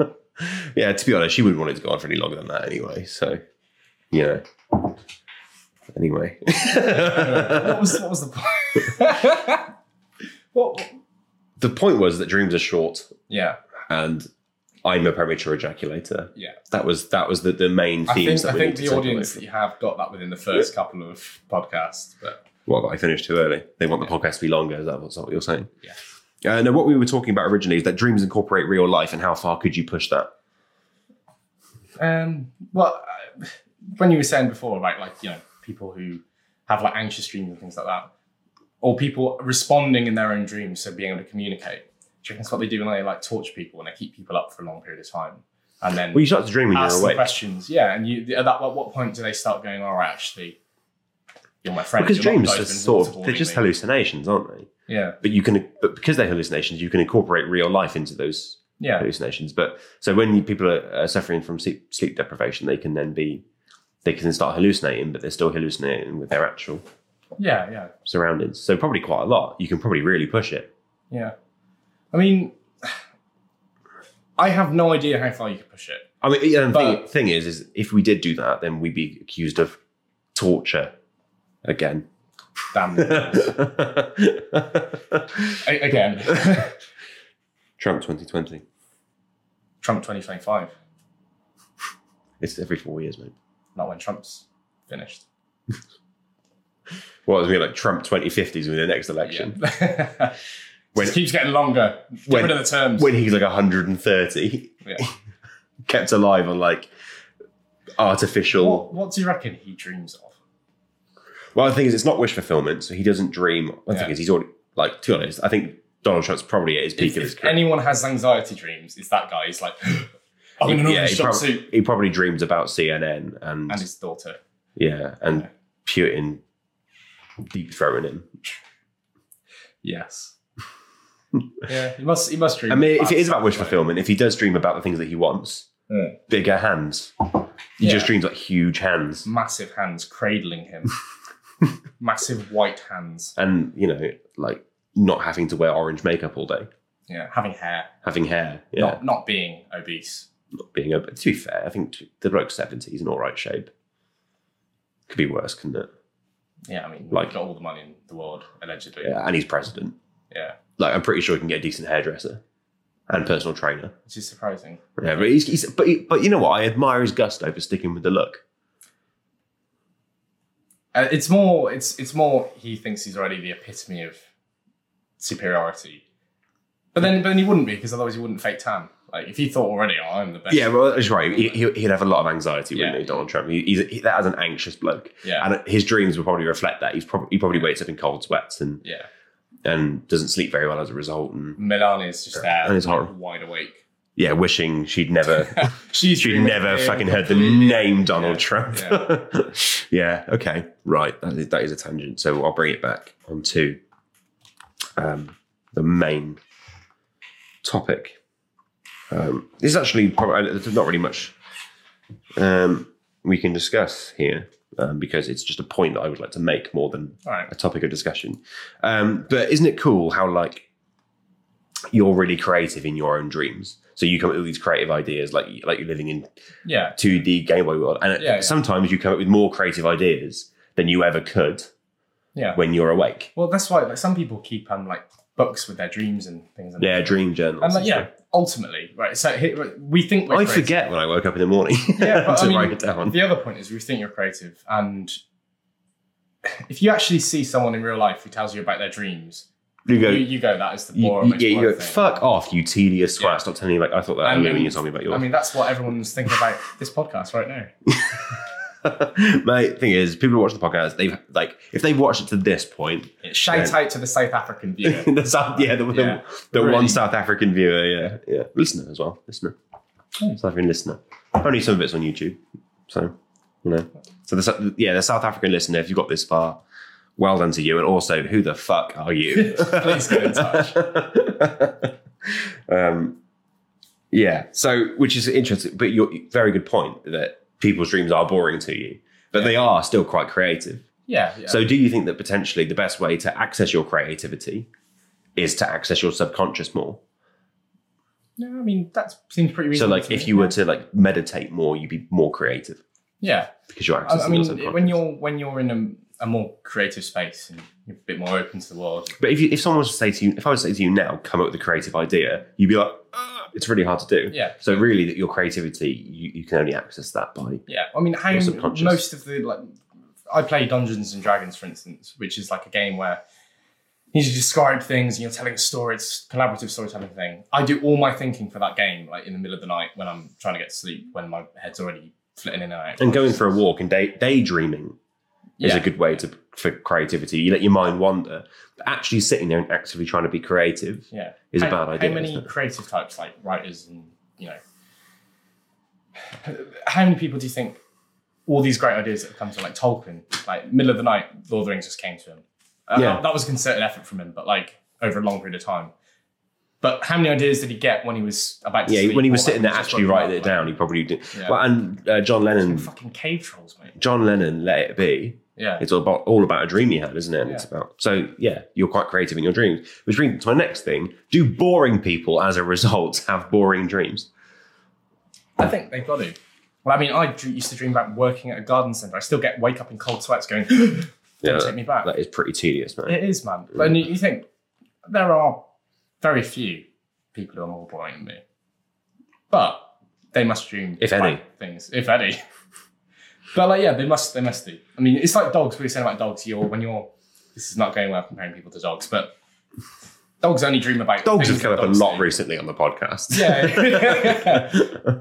S1: Yeah, to be honest, she wouldn't want it to go on for any longer than that anyway. So, you know. Anyway.
S2: what was what was the point? what
S1: the point was that dreams are short
S2: yeah.
S1: and I'm a premature ejaculator.
S2: Yeah.
S1: That was that was the, the main
S2: I
S1: themes
S2: think,
S1: that
S2: I
S1: we
S2: think
S1: need to
S2: the
S1: take away
S2: audience
S1: from-
S2: that you have got that within the first couple of podcasts, but
S1: Well, that I finished too early. They want the podcast to be longer. Is that what's that what you're saying?
S2: Yeah.
S1: Uh, no, what we were talking about originally is that dreams incorporate real life, and how far could you push that?
S2: Um, well, uh, when you were saying before about like you know people who have like anxious dreams and things like that, or people responding in their own dreams, so being able to communicate. Do you think that's what they do when they like torture people and they keep people up for a long period of time, and then
S1: Well, you start to dream when
S2: ask
S1: you're
S2: them
S1: awake.
S2: questions? Yeah, and you at that at what point do they start going? All right, actually, you're my friend.
S1: Because
S2: you're not
S1: dreams
S2: the
S1: are
S2: guy who's
S1: just
S2: been
S1: sort of
S2: waterboarding
S1: they're just
S2: me.
S1: hallucinations, aren't they?
S2: Yeah,
S1: But you can, but because they're hallucinations, you can incorporate real life into those
S2: yeah,
S1: hallucinations. But so when you, people are, are suffering from sleep, sleep deprivation, they can then be, they can start hallucinating, but they're still hallucinating with their actual
S2: yeah, yeah.
S1: surroundings. So probably quite a lot. You can probably really push it.
S2: Yeah. I mean, I have no idea how far you could push it.
S1: I mean, yeah, and the thing,
S2: But-
S1: thing is, is if we did do that, then we'd be accused of torture again.
S2: Damn.
S1: Trump
S2: A- again,
S1: 2020.
S2: Trump 2025,
S1: It's every four years, mate.
S2: not when Trump's finished.
S1: Well, it's going to be like Trump 2050 is going to be the next election.
S2: Yeah.
S1: When-
S2: Just keeps getting longer. Get
S1: when-
S2: rid of the terms.
S1: When he's like 130,
S2: Yeah.
S1: kept alive on like artificial.
S2: what, what do you reckon he dreams of?
S1: Well, the thing is, it's not wish fulfillment, so he doesn't dream. The thing
S2: Yeah.
S1: is, he's already like. To be honest, I think Donald Trump's probably at his peak
S2: If,
S1: of his
S2: if
S1: career.
S2: anyone has anxiety dreams, it's that guy. He's like, I'm in an
S1: yeah,
S2: orange
S1: he, prob-
S2: jumpsuit.
S1: he probably dreams about CNN and,
S2: And his daughter.
S1: yeah, and Putin deep throating him.
S2: Yes. yeah, he must. He must dream.
S1: I mean, if it is
S2: stuff,
S1: about wish
S2: right?
S1: fulfillment, if he does dream about the things that he wants,
S2: Yeah.
S1: bigger hands. He just dreams like huge hands,
S2: massive hands cradling him, massive white hands.
S1: and you know, like not having to wear orange makeup all day,
S2: Yeah, having hair,
S1: having hair, yeah,
S2: not not being obese.
S1: not being a. To be fair, I think t- the bloke's seventy. He's in all right shape. Could be worse, couldn't it?
S2: Yeah, I mean,
S1: Like-
S2: like got all the money in the world allegedly. Yeah,
S1: Yeah, and he's president. Like, I'm pretty sure he can get a decent hairdresser and personal trainer.
S2: which is surprising.
S1: Yeah, but he's, he's but he, but you know what? I admire his gusto for sticking with the look.
S2: Uh, it's more. It's it's more. He thinks he's already the epitome of superiority. But then, but then he wouldn't be because otherwise he wouldn't fake tan. Like if he thought already, oh, I'm the best.
S1: Yeah, well, that's right. He, he- he'd have a lot of anxiety, wouldn't
S2: Yeah.
S1: he, Donald Trump? He, he's he, that as an anxious bloke,
S2: yeah,
S1: and his dreams would probably reflect that. He's probably he probably wakes up in cold sweats and
S2: yeah.
S1: and doesn't sleep very well as a result, and
S2: Melania's just there,
S1: And it's
S2: like,
S1: horrible.
S2: wide awake.
S1: yeah, wishing she'd never
S2: She's
S1: she'd
S2: dreaming
S1: never
S2: of being
S1: fucking heard the
S2: completely-
S1: name Donald
S2: Yeah,
S1: Trump.
S2: yeah.
S1: Yeah. okay, right. That is, that is a tangent. So I'll bring it back onto um, the main topic. Um, this is actually probably there's not really much um, we can discuss here um, because it's just a point that I would like to make more than
S2: All right.
S1: a topic of discussion. Um, but isn't it cool how like you're really creative in your own dreams? So you come up with these creative ideas, like like you're living in
S2: Yeah.
S1: 2D Game Boy world, and
S2: Yeah, yeah.
S1: sometimes you come up with more creative ideas than you ever could
S2: Yeah.
S1: when you're awake.
S2: Well, that's why like some people keep um like books with their dreams and things. And
S1: Yeah, dream journals.
S2: And like,
S1: and
S2: yeah, ultimately, right? So here, we think
S1: stuff.
S2: we're
S1: I
S2: creative.
S1: forget when I woke up in the morning
S2: Yeah, but
S1: to
S2: I mean,
S1: write it down.
S2: The other point is we think you're creative, and if you actually see someone in real life who tells you about their dreams,
S1: You go,
S2: you,
S1: you,
S2: you go, "That is the
S1: you-
S2: boring."
S1: yeah, you go,
S2: thing.
S1: fuck off, you tedious
S2: Yeah.
S1: swat. Stop telling me about. I thought that
S2: I
S1: earlier when
S2: mean-
S1: you told me about your
S2: I mean, that's what everyone's thinking about this podcast right now.
S1: My thing is, people who watch the podcast, they've like if they've watched it to this point,
S2: Shout
S1: Yeah.
S2: out to the South African viewer.
S1: the South, yeah, the, the-
S2: Yeah.
S1: the one
S2: Really.
S1: South African viewer, yeah, yeah, listener as well, listener,
S2: Hmm.
S1: South African listener. Only some of it's on YouTube, so you know. So the Sou- yeah, the South African listener, if you got this far, well done to you, and also who the fuck are you?
S2: Please get in touch.
S1: um, yeah, so which is interesting, but your very good point that people's dreams are boring to you, but they are still quite creative.
S2: Yeah, yeah.
S1: So, do you think that potentially the best way to access your creativity is to access your subconscious more?
S2: no, I mean that seems pretty
S1: So,
S2: reasonable.
S1: like,
S2: to
S1: if
S2: me.
S1: you were to like meditate more, you'd be more creative
S2: yeah,
S1: because you're accessing
S2: I, I
S1: your
S2: mean,
S1: subconscious.
S2: when you're when you're in a, a more creative space and you're a bit more open to the world,
S1: but if you, if someone was to say to you, if I was to say to you now, come up with a creative idea, you'd be like, "Ugh," it's really hard to do.
S2: yeah,
S1: So, really, that your creativity, you, you can only access that by
S2: yeah. I mean, how
S1: Your subconscious.
S2: most of the like, I play Dungeons and Dragons, for instance, which is like a game where you need to describe things and you're telling a story. It's collaborative storytelling thing. I do all my thinking for that game, like in the middle of the night when I'm trying to get to sleep, when my head's already flitting in and out.
S1: and going for a walk and day, daydreaming is
S2: Yeah.
S1: a good way to for creativity. You let your mind wander, but actually sitting there and actively trying to be creative
S2: yeah,
S1: is
S2: how,
S1: a bad idea.
S2: How many
S1: isn't it?
S2: creative types, like writers and you know, how many people do you think all these great ideas that have come to like Tolkien, like middle of the night, Lord of the Rings just came to him. Uh,
S1: Yeah.
S2: that, that was a concerted effort from him, but like over a long period of time. But how many ideas did he get when he was about to
S1: Yeah,
S2: sleep
S1: when he
S2: or,
S1: was
S2: like,
S1: sitting there
S2: just
S1: actually
S2: woken up,
S1: writing it
S2: like,
S1: down, he probably did.
S2: Yeah.
S1: Well, and uh, John Lennon,
S2: Fucking cave trolls, mate.
S1: John Lennon, "Let It Be."
S2: Yeah.
S1: It's all about all about a dream you had, isn't it? And
S2: Yeah.
S1: It's about so yeah, you're quite creative in your dreams. Which brings me to my next thing: Do boring people, as a result, have boring dreams?
S2: I think they've got to. Well, I mean, I dr- used to dream about working at a garden centre. I still get wake up in cold sweats going, don't
S1: Yeah,
S2: take me back.
S1: that is pretty tedious, man.
S2: It is, man. But you you think there are very few people who are more boring than me, but they must dream,
S1: If any.
S2: about things, if any. but like, yeah, they must, they must do. I mean, it's like dogs. We were saying about dogs. You're when you're. This is not going well comparing people to dogs, but dogs only dream about
S1: Dogs have
S2: things
S1: come
S2: that
S1: up a lot
S2: do.
S1: recently on the podcast.
S2: Yeah.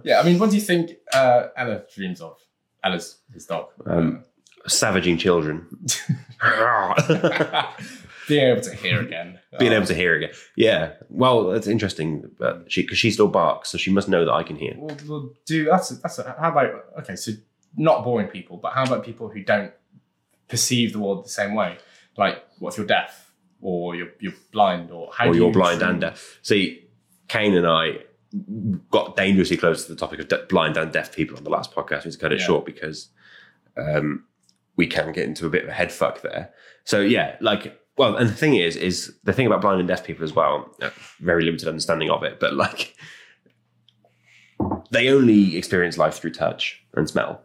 S2: yeah, I mean, what do you think uh, Ella dreams of? Ella's his dog.
S1: Um, savaging children.
S2: Being able to hear again. Oh,
S1: Being able to hear again. Yeah. Well, that's interesting. But she, because she still barks, so she must know that I can hear.
S2: We'll, we'll do that's a, that's a, how about okay so not boring people but how about people who don't perceive the world the same way like what if you're deaf or you're, you're blind or how
S1: Or
S2: do
S1: you're
S2: you
S1: blind
S2: treat-
S1: and deaf. See, Kane and I got dangerously close to the topic of de- blind and deaf people on the last podcast. We just cut it
S2: Yeah.
S1: short because um, we can get into a bit of a head fuck there. So yeah, like. Well, and the thing is, is the thing about blind and deaf people as well, uh, very limited understanding of it, but like they only experience life through touch and smell.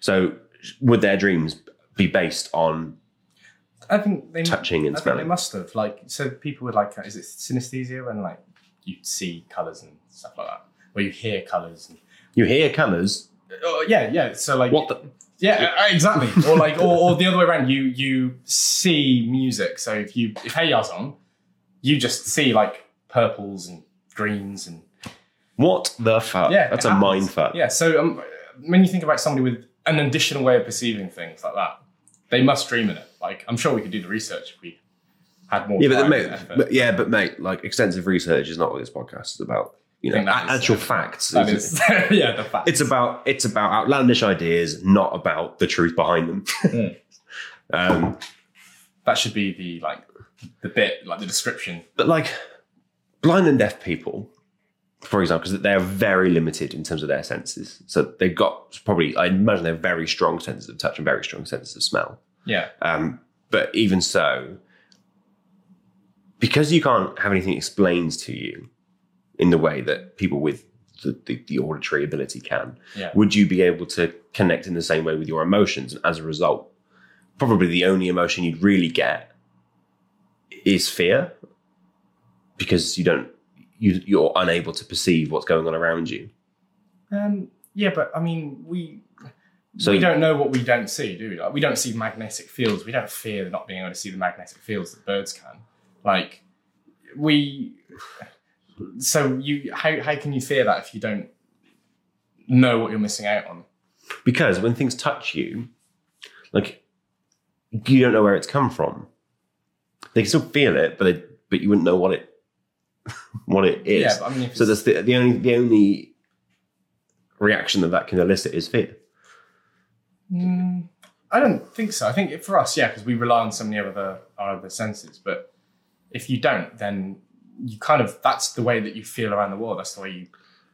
S1: So would their dreams be based on
S2: I think they
S1: touching and
S2: I think they
S1: smelling?
S2: must have like so people with like is it synesthesia when like you see colors and stuff like that or you hear colors and
S1: You hear colours.
S2: oh yeah yeah so like
S1: What the?
S2: Yeah, uh, exactly. or like, or, or the other way around. You you see music. So if you if Hey Ya's on, you just see like purples and greens and
S1: What the fuck?
S2: yeah,
S1: that's
S2: it
S1: a
S2: happens.
S1: mind fuck.
S2: Yeah. So um, when you think about somebody with an additional way of perceiving things like that, they must dream in it. Like I'm sure we could do the research if we had more.
S1: Yeah, but,
S2: time
S1: mate,
S2: and effort.
S1: but yeah, but mate, like extensive research is not what this podcast is about. You know,
S2: think that
S1: a-
S2: is-
S1: actual facts.
S2: that
S1: is-
S2: is yeah the fact.
S1: It's about it's about outlandish ideas, not about the truth behind them.
S2: Hmm.
S1: um,
S2: that should be the like the bit like the description.
S1: but like blind and deaf people, for example, because they're very limited in terms of their senses. So they've got probably, I imagine, they're very strong senses of touch and very strong senses of smell.
S2: Yeah.
S1: Um, but even so, because you can't have anything explained to you in the way that people with the, the, the auditory ability can,
S2: Yeah.
S1: would you be able to connect in the same way with your emotions? And as a result, probably the only emotion you'd really get is fear because you don't, you, you're unable to perceive what's going on around you.
S2: Um, yeah, but I mean, we
S1: So-
S2: we don't know what we don't see, do we? Like, we don't see magnetic fields. We don't fear not being able to see the magnetic fields that birds can. Like we, so you how how can you fear that if you don't know what you're missing out on?
S1: Because when things touch you, like you don't know where it's come from. They can still feel it, but they, but you wouldn't know what it what it is.
S2: Yeah, but I mean, if
S1: so that's
S2: it's-
S1: the, the only the only reaction that that can elicit is fear.
S2: Mm, I don't think so. I think it- for us, yeah, because we rely on so many of the, our other senses. But if you don't, then you kind of that's the way that you feel around the world. That's the way you.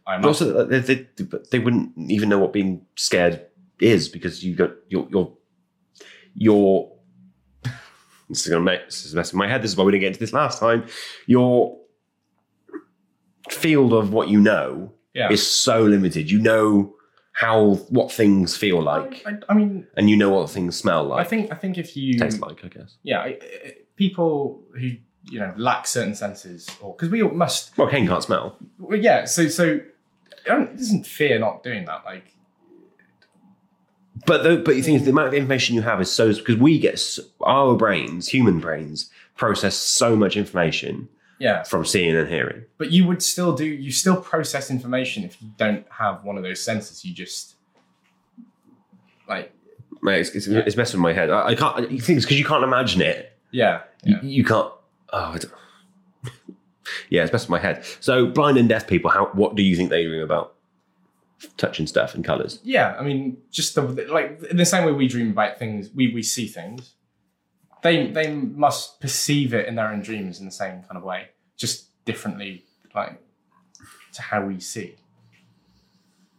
S2: I
S1: But
S2: imagine.
S1: also, like, they, they, but they wouldn't even know what being scared is because you got your your your. This is gonna make this is messing my head. This is why we didn't get into this last time. Your field of what you know
S2: yeah.
S1: is so limited. You know how what things feel like,
S2: I, I mean,
S1: and you know what things smell
S2: I
S1: like,
S2: think I think if you,
S1: taste like. I guess.
S2: yeah, I- I- people who you know lack certain senses, or because we all must,
S1: Well, Kane can't smell.
S2: well, yeah. So so, I don't- it isn't fear not doing that? Like,
S1: But the, but the thing is, the amount of information you have is so because we get s- our brains, human brains, process so much information
S2: yeah,
S1: from seeing and hearing.
S2: but you would still do, you still process information if you don't have one of those senses. You just like,
S1: Mate, it's, it's, it's messing with my head. I, I can't. I, the thing because you can't imagine it.
S2: yeah, yeah.
S1: You, you can't. Oh, I don't, yeah, it's messing with my head. So blind and deaf people, how what do you think they dream about? Touching stuff and colours.
S2: yeah i mean just the like in the same way we dream about things we we see things they they must perceive it in their own dreams in the same kind of way just differently like to how we see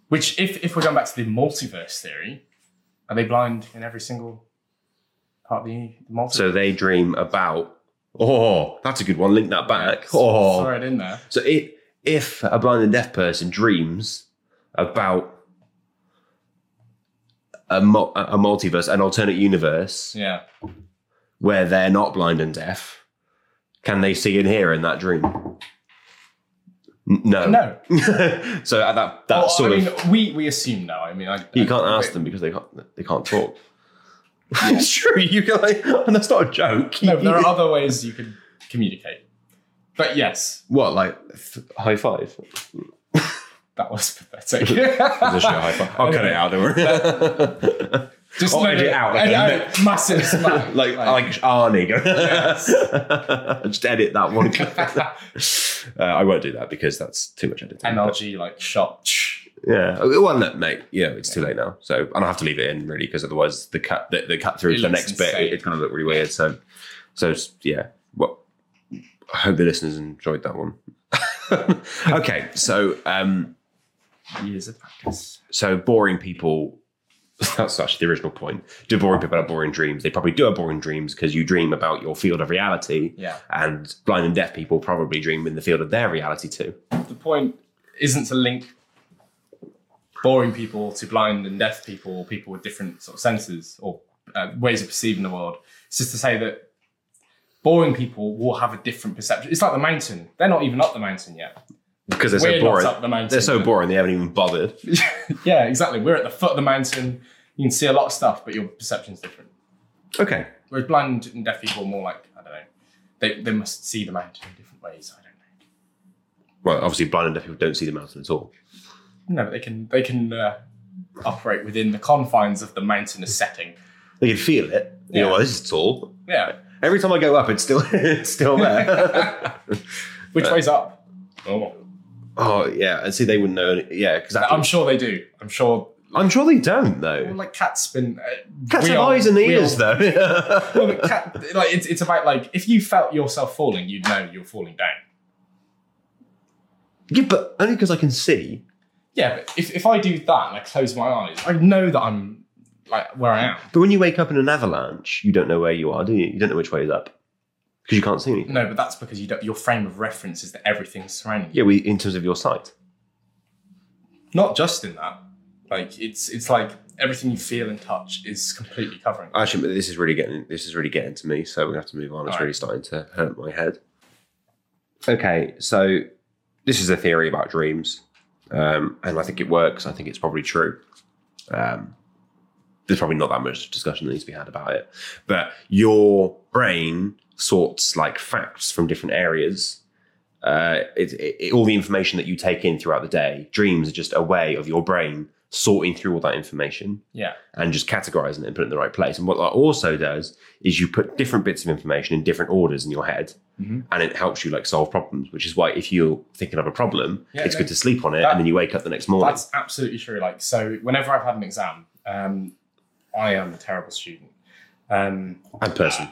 S2: which if if we're going back to the multiverse theory are they blind in every single part of the, the multiverse
S1: So they dream about. Oh, that's a good one. Link that back. Oh,
S2: throw it in there
S1: so it, if a blind and deaf person dreams about a, mul- a a multiverse, an alternate universe
S2: yeah
S1: where they're not blind and deaf, can they see and hear in that dream? N- No.
S2: no
S1: so at that Um, that
S2: Well,
S1: sort
S2: i mean
S1: of
S2: we we assume no i mean I,
S1: you can't ask them
S2: them.
S1: because they can't they can't talk. it's true. You can like, and that's not a joke.
S2: no, but there are other ways you could communicate but yes
S1: what like th- high five?
S2: That was pathetic.
S1: I'll cut it out. Don't worry.
S2: Just
S1: Oh,
S2: no,
S1: edit
S2: no,
S1: out, like
S2: and-
S1: a
S2: and massive smack.
S1: Like like Arnie. Just edit that one. uh, I won't do that because that's too much editing. but-
S2: NRG like shot.
S1: Yeah. Well, look, mate. Yeah, it's too late now. So and I have to leave it in really because otherwise the cut the, the cut through
S2: It
S1: to the
S2: looks
S1: next bit
S2: insane.
S1: it- it's going to look really weird. So so s- yeah. Well, I hope the listeners enjoyed that one. okay, so um,
S2: Years of practice.
S1: so boring people. That's actually the original point. Do boring people have boring dreams? They probably do have boring dreams because you dream about your field of reality,
S2: Yeah.
S1: and blind and deaf people probably dream in the field of their reality too.
S2: The point isn't to link boring people to blind and deaf people or people with different sort of senses or uh, ways of perceiving the world. It's just to say that boring people will have a different perception. It's like the mountain. They're not even up the mountain yet.
S1: Because they're
S2: We're
S1: so
S2: not
S1: boring.
S2: up the mountain.
S1: they're so boring. They haven't even bothered.
S2: yeah, exactly. We're at the foot of the mountain. You can see a lot of stuff, but your perception's different.
S1: Okay.
S2: Whereas blind and deaf people are more like, I don't know, they, they must see the mountain in different ways. I don't
S1: Well, obviously, blind and deaf people don't see the mountain at all.
S2: know. No, but they can they can uh, operate within the confines of the mountainous setting.
S1: They can feel it. You know,
S2: Yeah.
S1: well, this is tall.
S2: Yeah.
S1: Every time I go up, it's still it's still there.
S2: Which way's up? Oh.
S1: oh yeah, and see, they wouldn't know. Any, yeah, exactly.
S2: I'm sure they do. I'm sure.
S1: I'm sure they don't
S2: Well,
S1: though.
S2: like cats been. Uh,
S1: Cats
S2: we
S1: have
S2: are-
S1: eyes and
S2: we are-
S1: ears though.
S2: Well, but cat, like it's, it's about like if you felt yourself falling, you'd know you're falling down.
S1: yeah, but only because I can see.
S2: Yeah, but if, if I do that and I close my eyes, I know that I'm like where I am.
S1: But when you wake up in an avalanche, you don't know where you are, do you? You don't know which way is up because you can't see anything.
S2: No, but that's because you don't, your frame of reference is that everything's surrounding you.
S1: Yeah, we in terms of your sight.
S2: Not just in that, like it's it's like everything you feel and touch is completely covering.
S1: Actually, this is really getting this is really getting to me, so we're gonna have to move on. It's
S2: All right.
S1: really starting to hurt my head. Okay, so this is a theory about dreams, um, and I think it works. I think it's probably true. Um, there's probably not that much discussion that needs to be had about it, but your brain sorts like facts from different areas. Uh, it, it, it- all the information that you take in throughout the day, dreams are just a way of your brain sorting through all that information
S2: Yeah,
S1: and just categorizing it and put it in the right place. And what that also does is you put different bits of information in different orders in your head,
S2: Mhm.
S1: and it helps you like solve problems. Which is why if you're thinking of a problem,
S2: Yeah,
S1: it's
S2: no.
S1: good to sleep on it,
S2: That-
S1: and then you wake up the next morning.
S2: that's absolutely true. Like so, whenever I've had an exam, um, I am a terrible student. Um,
S1: And person,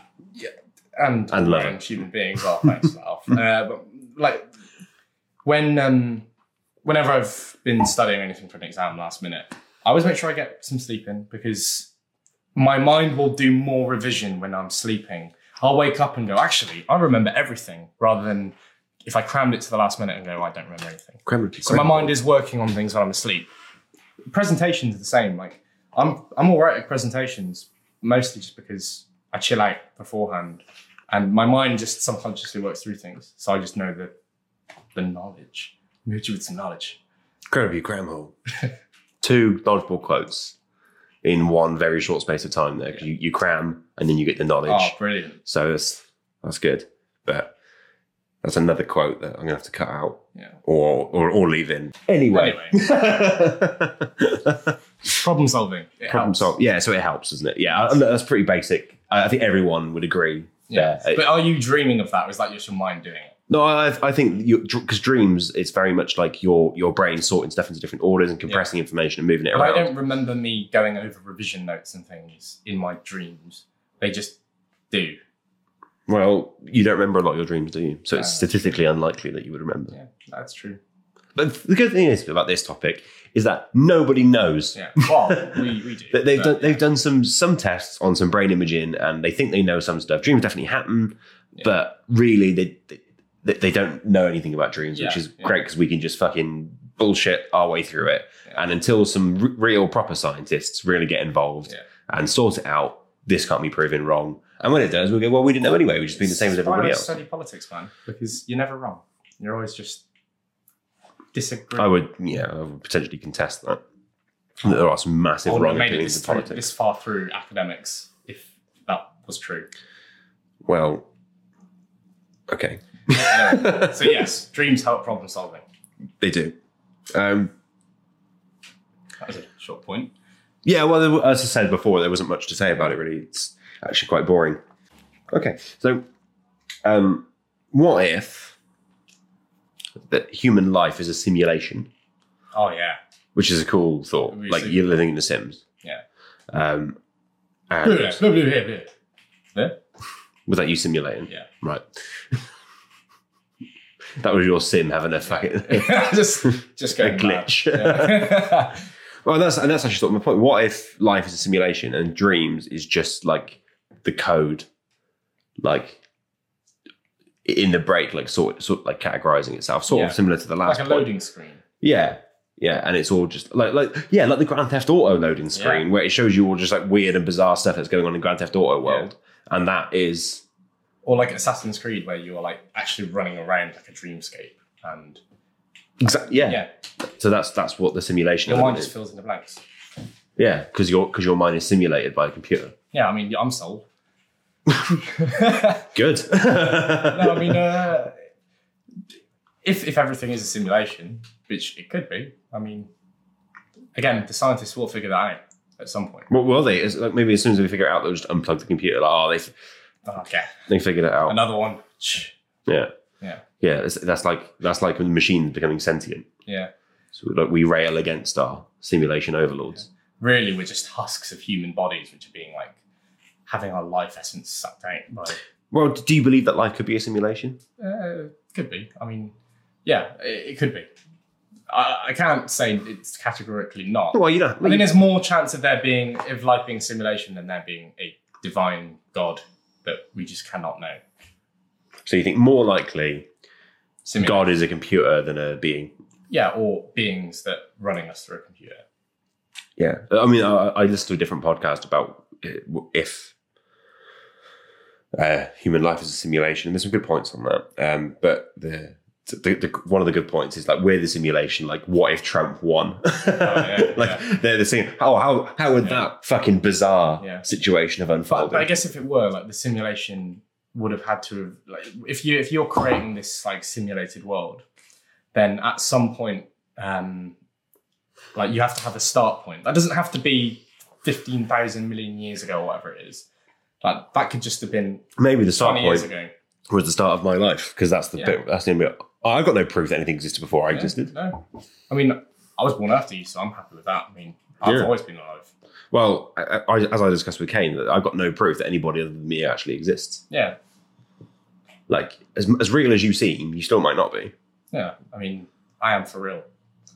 S2: and
S1: And love
S2: and human beings are thanks Alf. Uh, but like when um, whenever I've been studying anything for an exam last minute, I always make sure I get some sleep in because my mind will do more revision when I'm sleeping. I'll wake up and go, actually, I remember everything, rather than if I crammed it to the last minute and go, "Oh, I don't remember anything.
S1: Kremlin.
S2: So my mind is working on things when I'm asleep. Presentations are the same. Like I'm I'm all right at presentations, mostly just because I chill out beforehand, and my mind just subconsciously works through things. So I just know the the knowledge. Mood you with some knowledge.
S1: Incredibly Graham Hall. Two knowledgeable quotes in one very short space of time. There, 'cause you, you cram and then you get the knowledge.
S2: Oh, brilliant!
S1: So that's that's good, but that's another quote that I'm gonna have to cut out
S2: Yeah.
S1: or or, or leave in. Anyway.
S2: Anyway,
S1: problem
S2: problem solving. It helps.
S1: solved. Yeah, so it helps, doesn't it? Yeah, I- I- that's pretty basic. I I think everyone would agree.
S2: Yeah.
S1: there.
S2: But are you dreaming of that? Or is that just your mind doing it?
S1: No, I, I think because dreams, it's very much like your your brain sorting stuff into different orders and compressing information and moving it
S2: But I
S1: around.
S2: don't remember me going over revision notes and things in my dreams. They just do.
S1: well, you don't remember a lot of your dreams, do you? So it's
S2: No.
S1: statistically unlikely that you would remember.
S2: Yeah, that's true.
S1: But the good thing is about this topic is that nobody knows.
S2: Yeah. Well, we, we do.
S1: That They've
S2: but,
S1: done,
S2: yeah.
S1: they've done some some tests on some brain imaging, and they think they know some stuff. Dreams definitely happen,
S2: Yeah.
S1: but really they, they they don't know anything about dreams, which
S2: Yeah,
S1: is
S2: yeah.
S1: great because we can just fucking bullshit our way through it.
S2: Yeah.
S1: And until some r- real proper scientists really get involved
S2: Yeah.
S1: and sort it out, this can't be proven wrong. And when it does, we will go, well, we didn't know anyway. We've just been the same as
S2: That's why
S1: everybody
S2: I
S1: else.
S2: Study politics, man, because you're never wrong. You're always just
S1: I
S2: disagreeing.
S1: would, yeah, I would potentially contest that. There are some massive
S2: I
S1: wrong
S2: made it
S1: opinions
S2: this,
S1: in
S2: through,
S1: politics.
S2: this far through academics if that was true.
S1: Well, okay.
S2: Anyway, so yes, dreams help problem solving.
S1: They do. Um,
S2: That was a short point.
S1: Yeah, well, there, were- as I said before, there wasn't much to say about it really. It's actually quite boring. Okay, so um, what if that human life is a simulation,
S2: Oh yeah.
S1: which is a cool thought.
S2: It'd be
S1: Like
S2: super
S1: you're living in The Sims.
S2: Yeah.
S1: Um,
S2: Blah,
S1: and
S2: blah, blah, blah, blah.
S1: without you simulating.
S2: Yeah.
S1: Right. that was your sim having a fucking
S2: just just going
S1: A
S2: mad.
S1: glitch.
S2: Yeah.
S1: Well, that's and that's actually sort of my point. What if life is a simulation and dreams is just like the code, like in the break, like sort sort of like categorizing itself, sort of
S2: Yeah.
S1: similar to the last
S2: like a
S1: point.
S2: loading screen.
S1: Yeah, yeah, and it's all just like like yeah, like the Grand Theft Auto loading screen where it shows you all just like weird and bizarre stuff that's going on in Grand Theft Auto world, and that is
S2: Or like Assassin's Creed where you are like actually running around like a dreamscape and
S1: exactly yeah.
S2: yeah,
S1: So that's that's what the simulation
S2: your mind
S1: element
S2: just
S1: is.
S2: fills in the blanks.
S1: Yeah, because your because your mind is simulated by a computer.
S2: Yeah, I mean I'm sold.
S1: Good.
S2: no, I mean, uh, if if everything is a simulation, which it could be, I mean, again, the scientists will figure that out at some point.
S1: What were they? It's like maybe as soon as we figure it out, they'll just unplug the computer. Like, oh, they
S2: Okay,
S1: they figured it out.
S2: another one. Shh.
S1: Yeah,
S2: Yeah,
S1: yeah. That's, that's like that's like when the machines becoming sentient.
S2: yeah.
S1: So like we rail against our simulation overlords.
S2: Really, we're just husks of human bodies, which are being like having our life essence sucked out. By,
S1: Well, do you believe that life could be a simulation?
S2: uh, could be. I mean, yeah, it, it could be. I, I can't say it's categorically not.
S1: Well, you know,
S2: I think there's more chance of there being of life being simulation than there being a divine god that we just cannot know.
S1: so you think more likely
S2: Simulation.
S1: God is a computer than a being?
S2: Yeah, or beings that running us through a computer.
S1: Yeah, Uh, I mean, I, I listened to a different podcast about if uh, human life is a simulation. There's some good points on that, um, but the, the, the one of the good points is like we're the simulation. Like, what if Trump won?
S2: Oh, yeah,
S1: like they're the same. Oh, how how would
S2: Yeah.
S1: that fucking bizarre
S2: Yeah.
S1: situation have unfolded?
S2: But I guess if it were, like the simulation would have had to have like if you if you're creating this like simulated world, then at some point, um like you have to have a start point. That doesn't have to be fifteen thousand million years ago or whatever it is. Like that could just have been
S1: Maybe the start
S2: twenty years
S1: point
S2: ago.
S1: was the start of my life because that's the
S2: Yeah.
S1: bit. That's the only bit. I've got no proof that anything existed before I
S2: Yeah,
S1: existed.
S2: No. I mean I was born after you, so I'm happy with that. I mean, I've
S1: Yeah.
S2: always been alive.
S1: Well, I, I, as I discussed with Kane, I've got no proof that anybody other than me actually exists.
S2: Yeah,
S1: like as, as real as you seem, you still might not be.
S2: yeah. I mean, I am for real.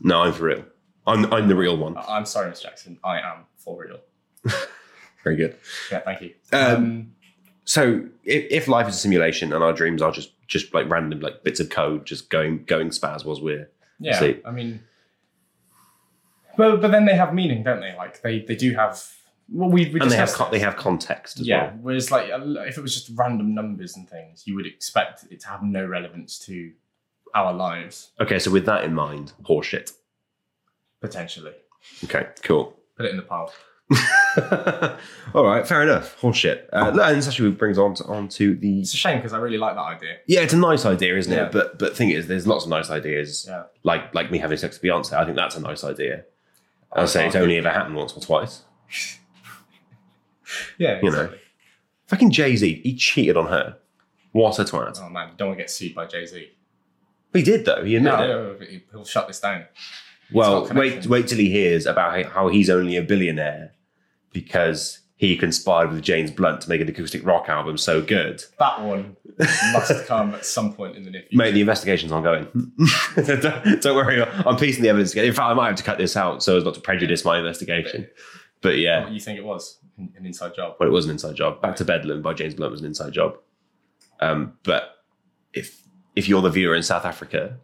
S1: No, I'm for real. I'm I'm the real one.
S2: I- I'm sorry, Miss Jackson. I am for real.
S1: Very good.
S2: Yeah, thank you.
S1: Um,
S2: Um,
S1: So if, if life is a simulation and our dreams are just just like random like bits of code just going going spaz was we're
S2: yeah,
S1: see.
S2: I mean, but but then they have meaning, don't they? Like they they do have. Well, we, we
S1: and they have
S2: discussed
S1: con- they
S2: this.
S1: have context as
S2: yeah.
S1: well.
S2: Whereas, like, if it was just random numbers and things, you would expect it to have no relevance to our lives
S1: Okay, so with that in mind, horseshit.
S2: potentially.
S1: Okay, cool.
S2: Put it in the pile.
S1: All right, fair enough. Horseshit. Uh, and this actually brings on to, on to the
S2: It's a shame because I really like that idea.
S1: yeah, it's a nice idea, isn't
S2: Yeah.
S1: it? But but thing is, there's lots of nice ideas.
S2: Yeah.
S1: Like like me having sex with Beyonce, I think that's a nice idea. I'll say it's only ever happened once or twice.
S2: Yeah,
S1: you know.
S2: exactly.
S1: Fucking Jay Z, he cheated on her. What a twat.
S2: Oh man, don't want to get sued by Jay Z.
S1: He did though. He admitted it.
S2: No, he'll shut this down.
S1: Well,
S2: got
S1: wait,
S2: connections.
S1: wait till he hears about how he's only a billionaire because he conspired with James Blunt to make an acoustic rock album so good.
S2: That one must come at some point in the near future.
S1: Mate, the investigation's ongoing. don't, don't worry, I'm piecing the evidence together. In fact, I might have to cut this out so as not to prejudice my investigation. But yeah,
S2: What you think it was? An an inside job.
S1: well, it was an inside job. Back to Bedlam by James Blunt was an inside job. Um, but if if you're the viewer in South Africa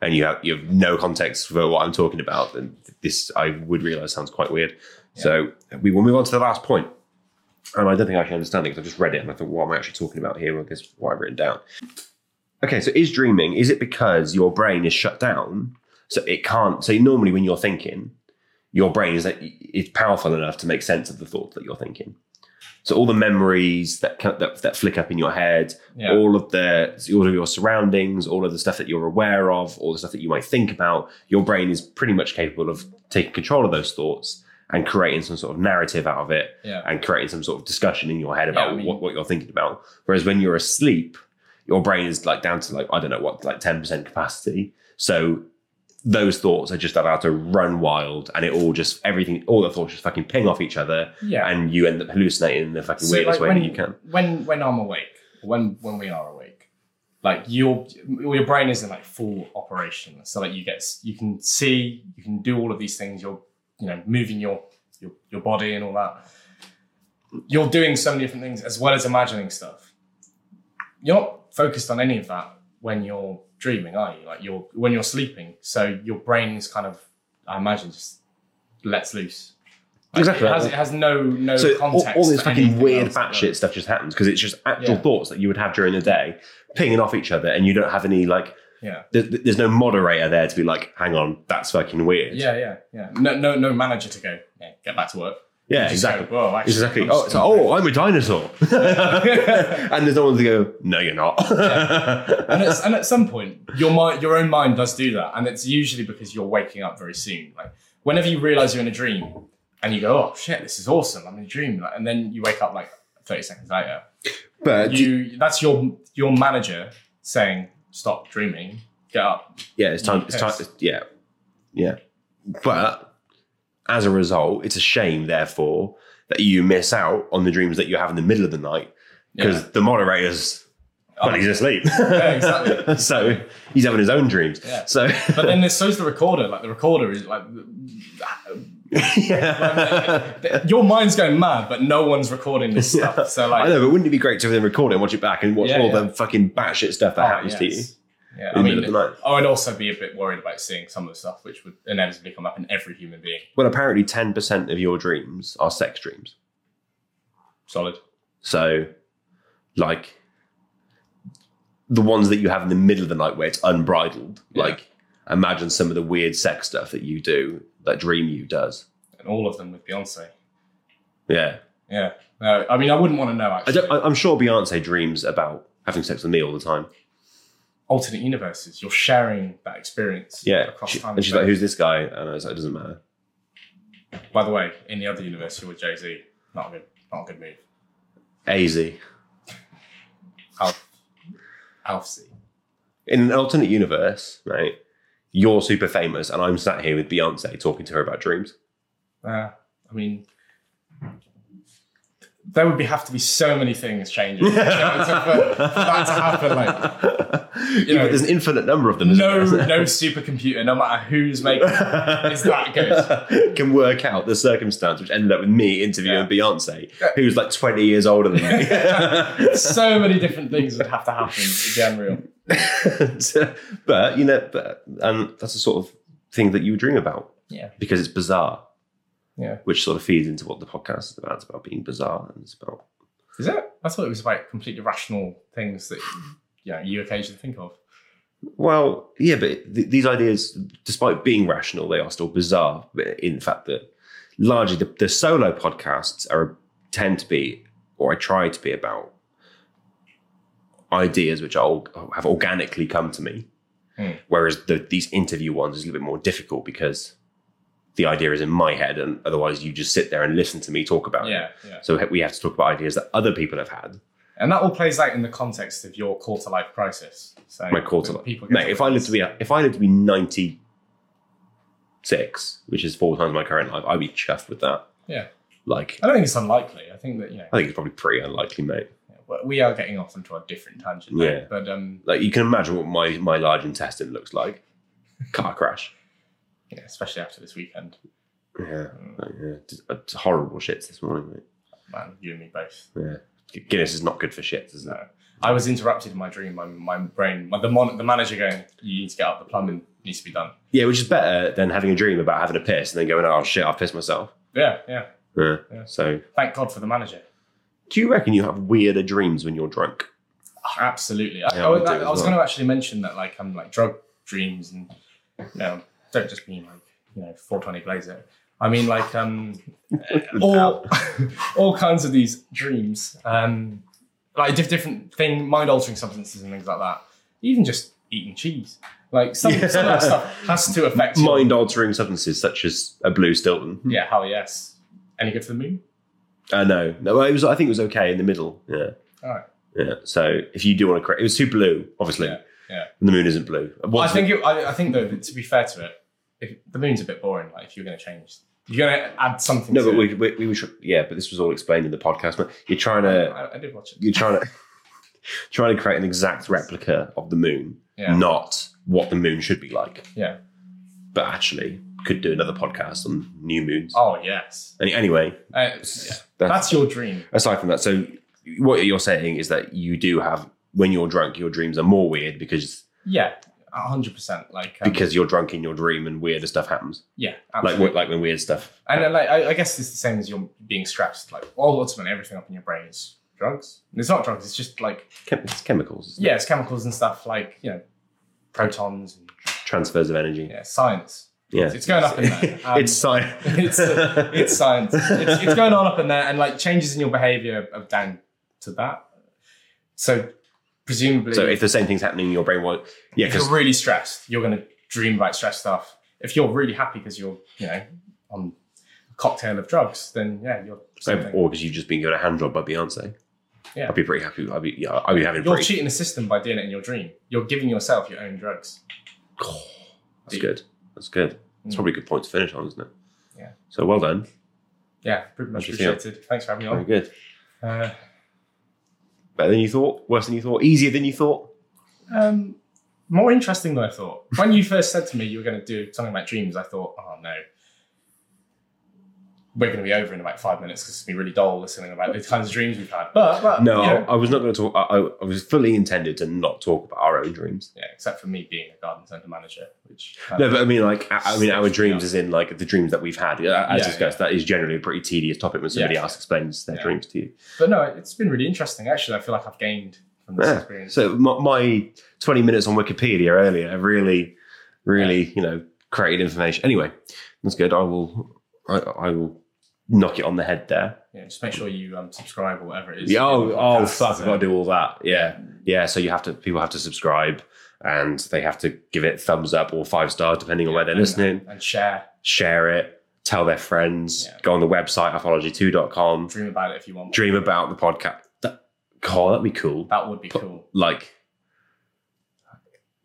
S1: and you have you have no context for what I'm talking about, then this I would realise sounds quite weird. So we will move on to the last point. And I don't think I can understand it because I just read it and I thought, what am I actually talking about here with this what I've written down? Okay, so is dreaming, is it because your brain is shut down? So it can't so normally when you're thinking, your brain is that it's powerful enough to make sense of the thought that you're thinking. So all the memories that ca- that, that flick up in your head,
S2: Yeah.
S1: all of the all of your surroundings, all of the stuff that you're aware of, all the stuff that you might think about, your brain is pretty much capable of taking control of those thoughts and creating some sort of narrative out of it
S2: Yeah.
S1: and creating some sort of discussion in your head about
S2: Yeah, I mean-
S1: what, what you're thinking about. Whereas when you're asleep, your brain is like down to like, I don't know what, like 10% capacity. So those thoughts are just allowed to run wild and it all just, everything, all the thoughts just fucking ping off each other
S2: Yeah.
S1: and you end up hallucinating in the fucking
S2: So,
S1: weirdest
S2: like,
S1: way
S2: when
S1: that you can.
S2: When when I'm awake, when when we are awake, like your your brain is in like full operation. So like you get s- you can see, you can do all of these things. You're you know moving your your your body and all that. You're doing so many different things as well as imagining stuff. You're not focused on any of that when you're dreaming, are you? Like you're when you're sleeping. So your brain is kind of, I imagine, just lets loose. Like,
S1: Exactly.
S2: It has, it has no no
S1: so all,
S2: context.
S1: all this
S2: for
S1: fucking
S2: anything
S1: weird
S2: else
S1: fat
S2: but-
S1: shit stuff just happens because it's just actual
S2: Yeah.
S1: thoughts that you would have during the day pinging off each other and you don't have any like,
S2: Yeah.
S1: there's, there's no moderator there to be like, hang on, that's fucking weird.
S2: Yeah, yeah, yeah. No, no, no manager to go. Yeah, get back to work.
S1: Yeah,
S2: You just
S1: exactly.
S2: go, "Well, actually,
S1: Exactly.
S2: I'm
S1: Oh,
S2: just-
S1: it's like, oh, I'm a dinosaur. and there's no one to go, no, you're not.
S2: and, it's, and at some point, your mind, your own mind does do that, and it's usually because you're waking up very soon. Like whenever you realize you're in a dream, and you go, "Oh shit, this is awesome! I'm in a dream," like, and then you wake up like 30 seconds later.
S1: but
S2: You that's your your manager saying, "Stop dreaming, get up."
S1: yeah, it's time. It's time.
S2: Yes.
S1: Yeah. Yeah. But as a result, it's a shame, therefore, that you miss out on the dreams that you have in the middle of the night because the moderator's. Well, he's asleep.
S2: Oh. exactly.
S1: so he's having his own dreams.
S2: Yeah.
S1: So,
S2: But then there's so's the recorder. Like the recorder is like
S1: yeah.
S2: your mind's going mad, but no one's recording this stuff. So like
S1: I know, but wouldn't it be great to then record it and watch it back and watch
S2: Yeah,
S1: all
S2: yeah. Oh,
S1: the fucking batshit stuff that happens to you?
S2: Yeah,
S1: in
S2: I
S1: the middle
S2: mean,
S1: of the night.
S2: I would also be a bit worried about seeing some of the stuff which would inevitably come up in every human being.
S1: Well, apparently, ten percent of your dreams are sex dreams.
S2: Solid.
S1: So, like the ones that you have in the middle of the night where it's unbridled.
S2: Yeah.
S1: Like, imagine some of the weird sex stuff that you do, that dream you does.
S2: And all of them with Beyonce.
S1: Yeah,
S2: Yeah. No, I mean, I wouldn't want to know
S1: I
S2: actually.
S1: don't, I, I'm sure Beyonce dreams about having sex with me all the time.
S2: Alternate universes, you're sharing that experience
S1: Yeah,
S2: across
S1: She-
S2: time.
S1: and she's like, "Who's this guy?" And I was like, "It doesn't matter."
S2: By the way, in the other universe, you're with Jay Z. Not a good, not a good move.
S1: Az.
S2: Alf, Alf Z.
S1: In an alternate universe, right? You're super famous, and I'm sat here with Beyonce talking to her about dreams.
S2: Uh, I mean, there would be, have to be so many things changing for that to happen. Like,
S1: Yeah,
S2: know-
S1: but there's an infinite number of them. isn't
S2: no,
S1: there?
S2: no supercomputer, no matter who's making it, is that good.
S1: can work out the circumstance which ended up with me interviewing Beyonce, who's like 20 years older than me.
S2: So many different things would have to happen. It'd be unreal.
S1: but you know, but, and that's the sort of thing that you dream about
S2: Yeah.
S1: because it's bizarre.
S2: Yeah.
S1: Which sort of feeds into what the podcast is about. It's about being bizarre and it's about
S2: Is it? I thought it was about completely rational things that you, know, you occasionally think of.
S1: Well, yeah, but th- these ideas, despite being rational, they are still bizarre. In fact, that largely the, the solo podcasts are tend to be, or I try to be about ideas which are, org- have organically come to me,
S2: Hmm.
S1: whereas the, these interview ones is a little bit more difficult because the idea is in my head, and otherwise you just sit there and listen to me talk about
S2: Yeah,
S1: it.
S2: yeah.
S1: So we have to talk about ideas that other people have had.
S2: And that all plays out in the context of your quarter life crisis. So
S1: my quarter
S2: that
S1: life.
S2: People get
S1: Mate, if I live to be if I live to be ninety six, which is four times my current life, I'd be chuffed with that.
S2: Yeah.
S1: Like
S2: I don't think it's unlikely. I think that you know
S1: I think it's probably pretty unlikely, mate.
S2: we- we are getting off onto a different tangent. now.
S1: Yeah.
S2: But um,
S1: Like you can imagine what my my large intestine looks like. Car crash.
S2: yeah, especially after this weekend,
S1: Yeah.
S2: Mm.
S1: Like, yeah. Just- uh, just horrible shits this morning, mate.
S2: man, you and me both.
S1: Yeah. Guinness is not good for shits, is it?
S2: No. I was interrupted in my dream. My, my brain, my, the, mon- the manager going, "You need to get up. The plumbing needs to be done."
S1: Yeah, which is better than having a dream about having a piss and then going, oh shit, I've pissed myself.
S2: Yeah, yeah.
S1: Yeah.
S2: Yeah.
S1: So,
S2: Thank God for the manager.
S1: do you reckon you have weirder dreams when you're drunk?
S2: Absolutely. I,
S1: Yeah,
S2: I,
S1: I
S2: was-
S1: do
S2: I,
S1: as
S2: was
S1: well.
S2: going to actually mention that, like, I'm like drug dreams and you know, don't just mean like you know 420 blazer. I mean like um all all kinds of these dreams, um like diff- different thing, mind altering substances and things like that. Even just eating cheese. Like some, some of that stuff has to affect your-
S1: Mind altering substances such as a blue Stilton.
S2: Yeah, hell yes. Any good for the moon?
S1: Uh, no, no, it was. I think it was okay in the middle. Yeah,
S2: All right.
S1: yeah. So if you do want to correct, it was too blue, obviously.
S2: Yeah, yeah.
S1: And the moon isn't blue.
S2: I think it, I, I think though that to be fair to it, if the moon's a bit boring. Like if you're going to change, if you're going to add something.
S1: no,
S2: to
S1: but
S2: it-
S1: we, we, we were. tr- Yeah, but this was all explained in the podcast. But you're trying to
S2: I, I did watch it.
S1: you're trying to trying to create an exact replica of the moon,
S2: Yeah.
S1: not what the moon should be like.
S2: Yeah.
S1: But actually, could do another podcast on new moons.
S2: Oh yes.
S1: Any, anyway,
S2: Uh, yeah. That's,
S1: that's
S2: your dream.
S1: aside from that, so what you're saying is that you do have when you're drunk, your dreams are more weird because
S2: Yeah, hundred percent. Like um,
S1: because you're drunk in your dream and weirder stuff happens.
S2: yeah,
S1: Like
S2: absolutely.
S1: what, like when weird stuff.
S2: and then, like I, I guess it's the same as you're being stressed. Like all ultimately everything up in your brain is drugs. And it's not drugs. It's just like
S1: Chem- it's chemicals, isn't it?
S2: yeah, it's chemicals and stuff. Like you know, protons and
S1: transfers of energy.
S2: yeah, science.
S1: Yeah,
S2: It's going up in there. Um,
S1: it's science.
S2: it's uh, it's science. It's, it's going on up in there, and like changes in your behavior are down to that. So presumably,
S1: so if the same thing's happening in your brain, what? Yeah,
S2: if you're
S1: because
S2: really stressed, you're going to dream about stress stuff. If you're really happy because you're you know on a cocktail of drugs, then yeah, you're something.
S1: or because you've just been given a hand job by Beyonce.
S2: Yeah.
S1: I'd be pretty happy. I'd be yeah. I'd be having a
S2: You're
S1: pretty.
S2: cheating the system by doing it in your dream. You're giving yourself your own drugs.
S1: That's good. That's good. That's probably a good point to finish on, isn't it?
S2: Yeah.
S1: So well done.
S2: Yeah, pretty much
S1: What do you feel?
S2: appreciated. Thanks for having me
S1: Very
S2: on.
S1: good.
S2: Uh,
S1: Better than you thought. Worse than you thought. Easier than you thought.
S2: Um, more interesting than I thought. When you first said to me you were going to do something about dreams, I thought, oh no, we're going to be over in about five minutes because it's going to be really dull listening about the kinds of dreams we've had. But, but
S1: No,
S2: you know,
S1: I, I was not going to talk. I, I- I was fully intended to not talk about our own dreams.
S2: yeah, except for me being a garden centre manager, which uh,
S1: No, but I mean, like, I, I mean, our dreams is in like the dreams that we've had. Uh, As
S2: Yeah,
S1: discussed, that is generally a pretty tedious topic when somebody
S2: Yeah.
S1: else explains their
S2: Yeah.
S1: dreams to you.
S2: but no, it's been really interesting. Actually, I feel like I've gained from this
S1: Yeah.
S2: experience.
S1: So my, my twenty minutes on Wikipedia earlier really, really, you know, created information. Anyway, that's good. I will, I, I will knock it on the head there.
S2: yeah, just make sure you um, subscribe or whatever it is.
S1: Yeah, oh, oh,
S2: Podcasts,
S1: fuck! I've got
S2: uh,
S1: to do all that. Yeah, yeah. So you have to. People have to subscribe, and they have to give it thumbs up or five stars depending on where they're
S2: and-
S1: listening.
S2: and share.
S1: share it, tell their friends,
S2: Yeah.
S1: go on the website, apology2.com,
S2: Dream about it if you want.
S1: dream about the podcast. That, God, that'd be cool.
S2: That would be cool.
S1: Like,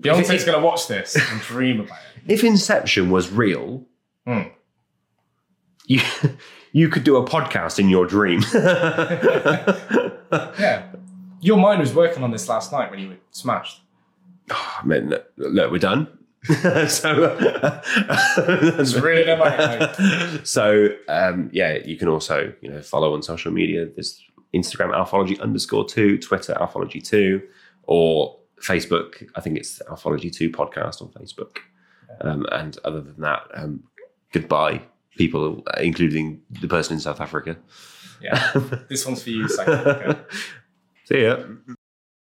S2: Beyonce's going to watch this and dream about it.
S1: if Inception was real,
S2: Hmm.
S1: you, you could do a podcast in your dream.
S2: Yeah. Your mind was working on this last night when you were smashed.
S1: Oh, I mean, look, look, we're done. so,
S2: It's really no mind, like-
S1: so um, yeah, you can also you know follow on social media. There's Instagram alphology underscore two, Twitter alphology two, or Facebook. I think it's alphology two podcast on Facebook. Um, and other than that, um, goodbye, people, including the person in South Africa.
S2: Yeah. this one's for you, psycho.
S1: See ya.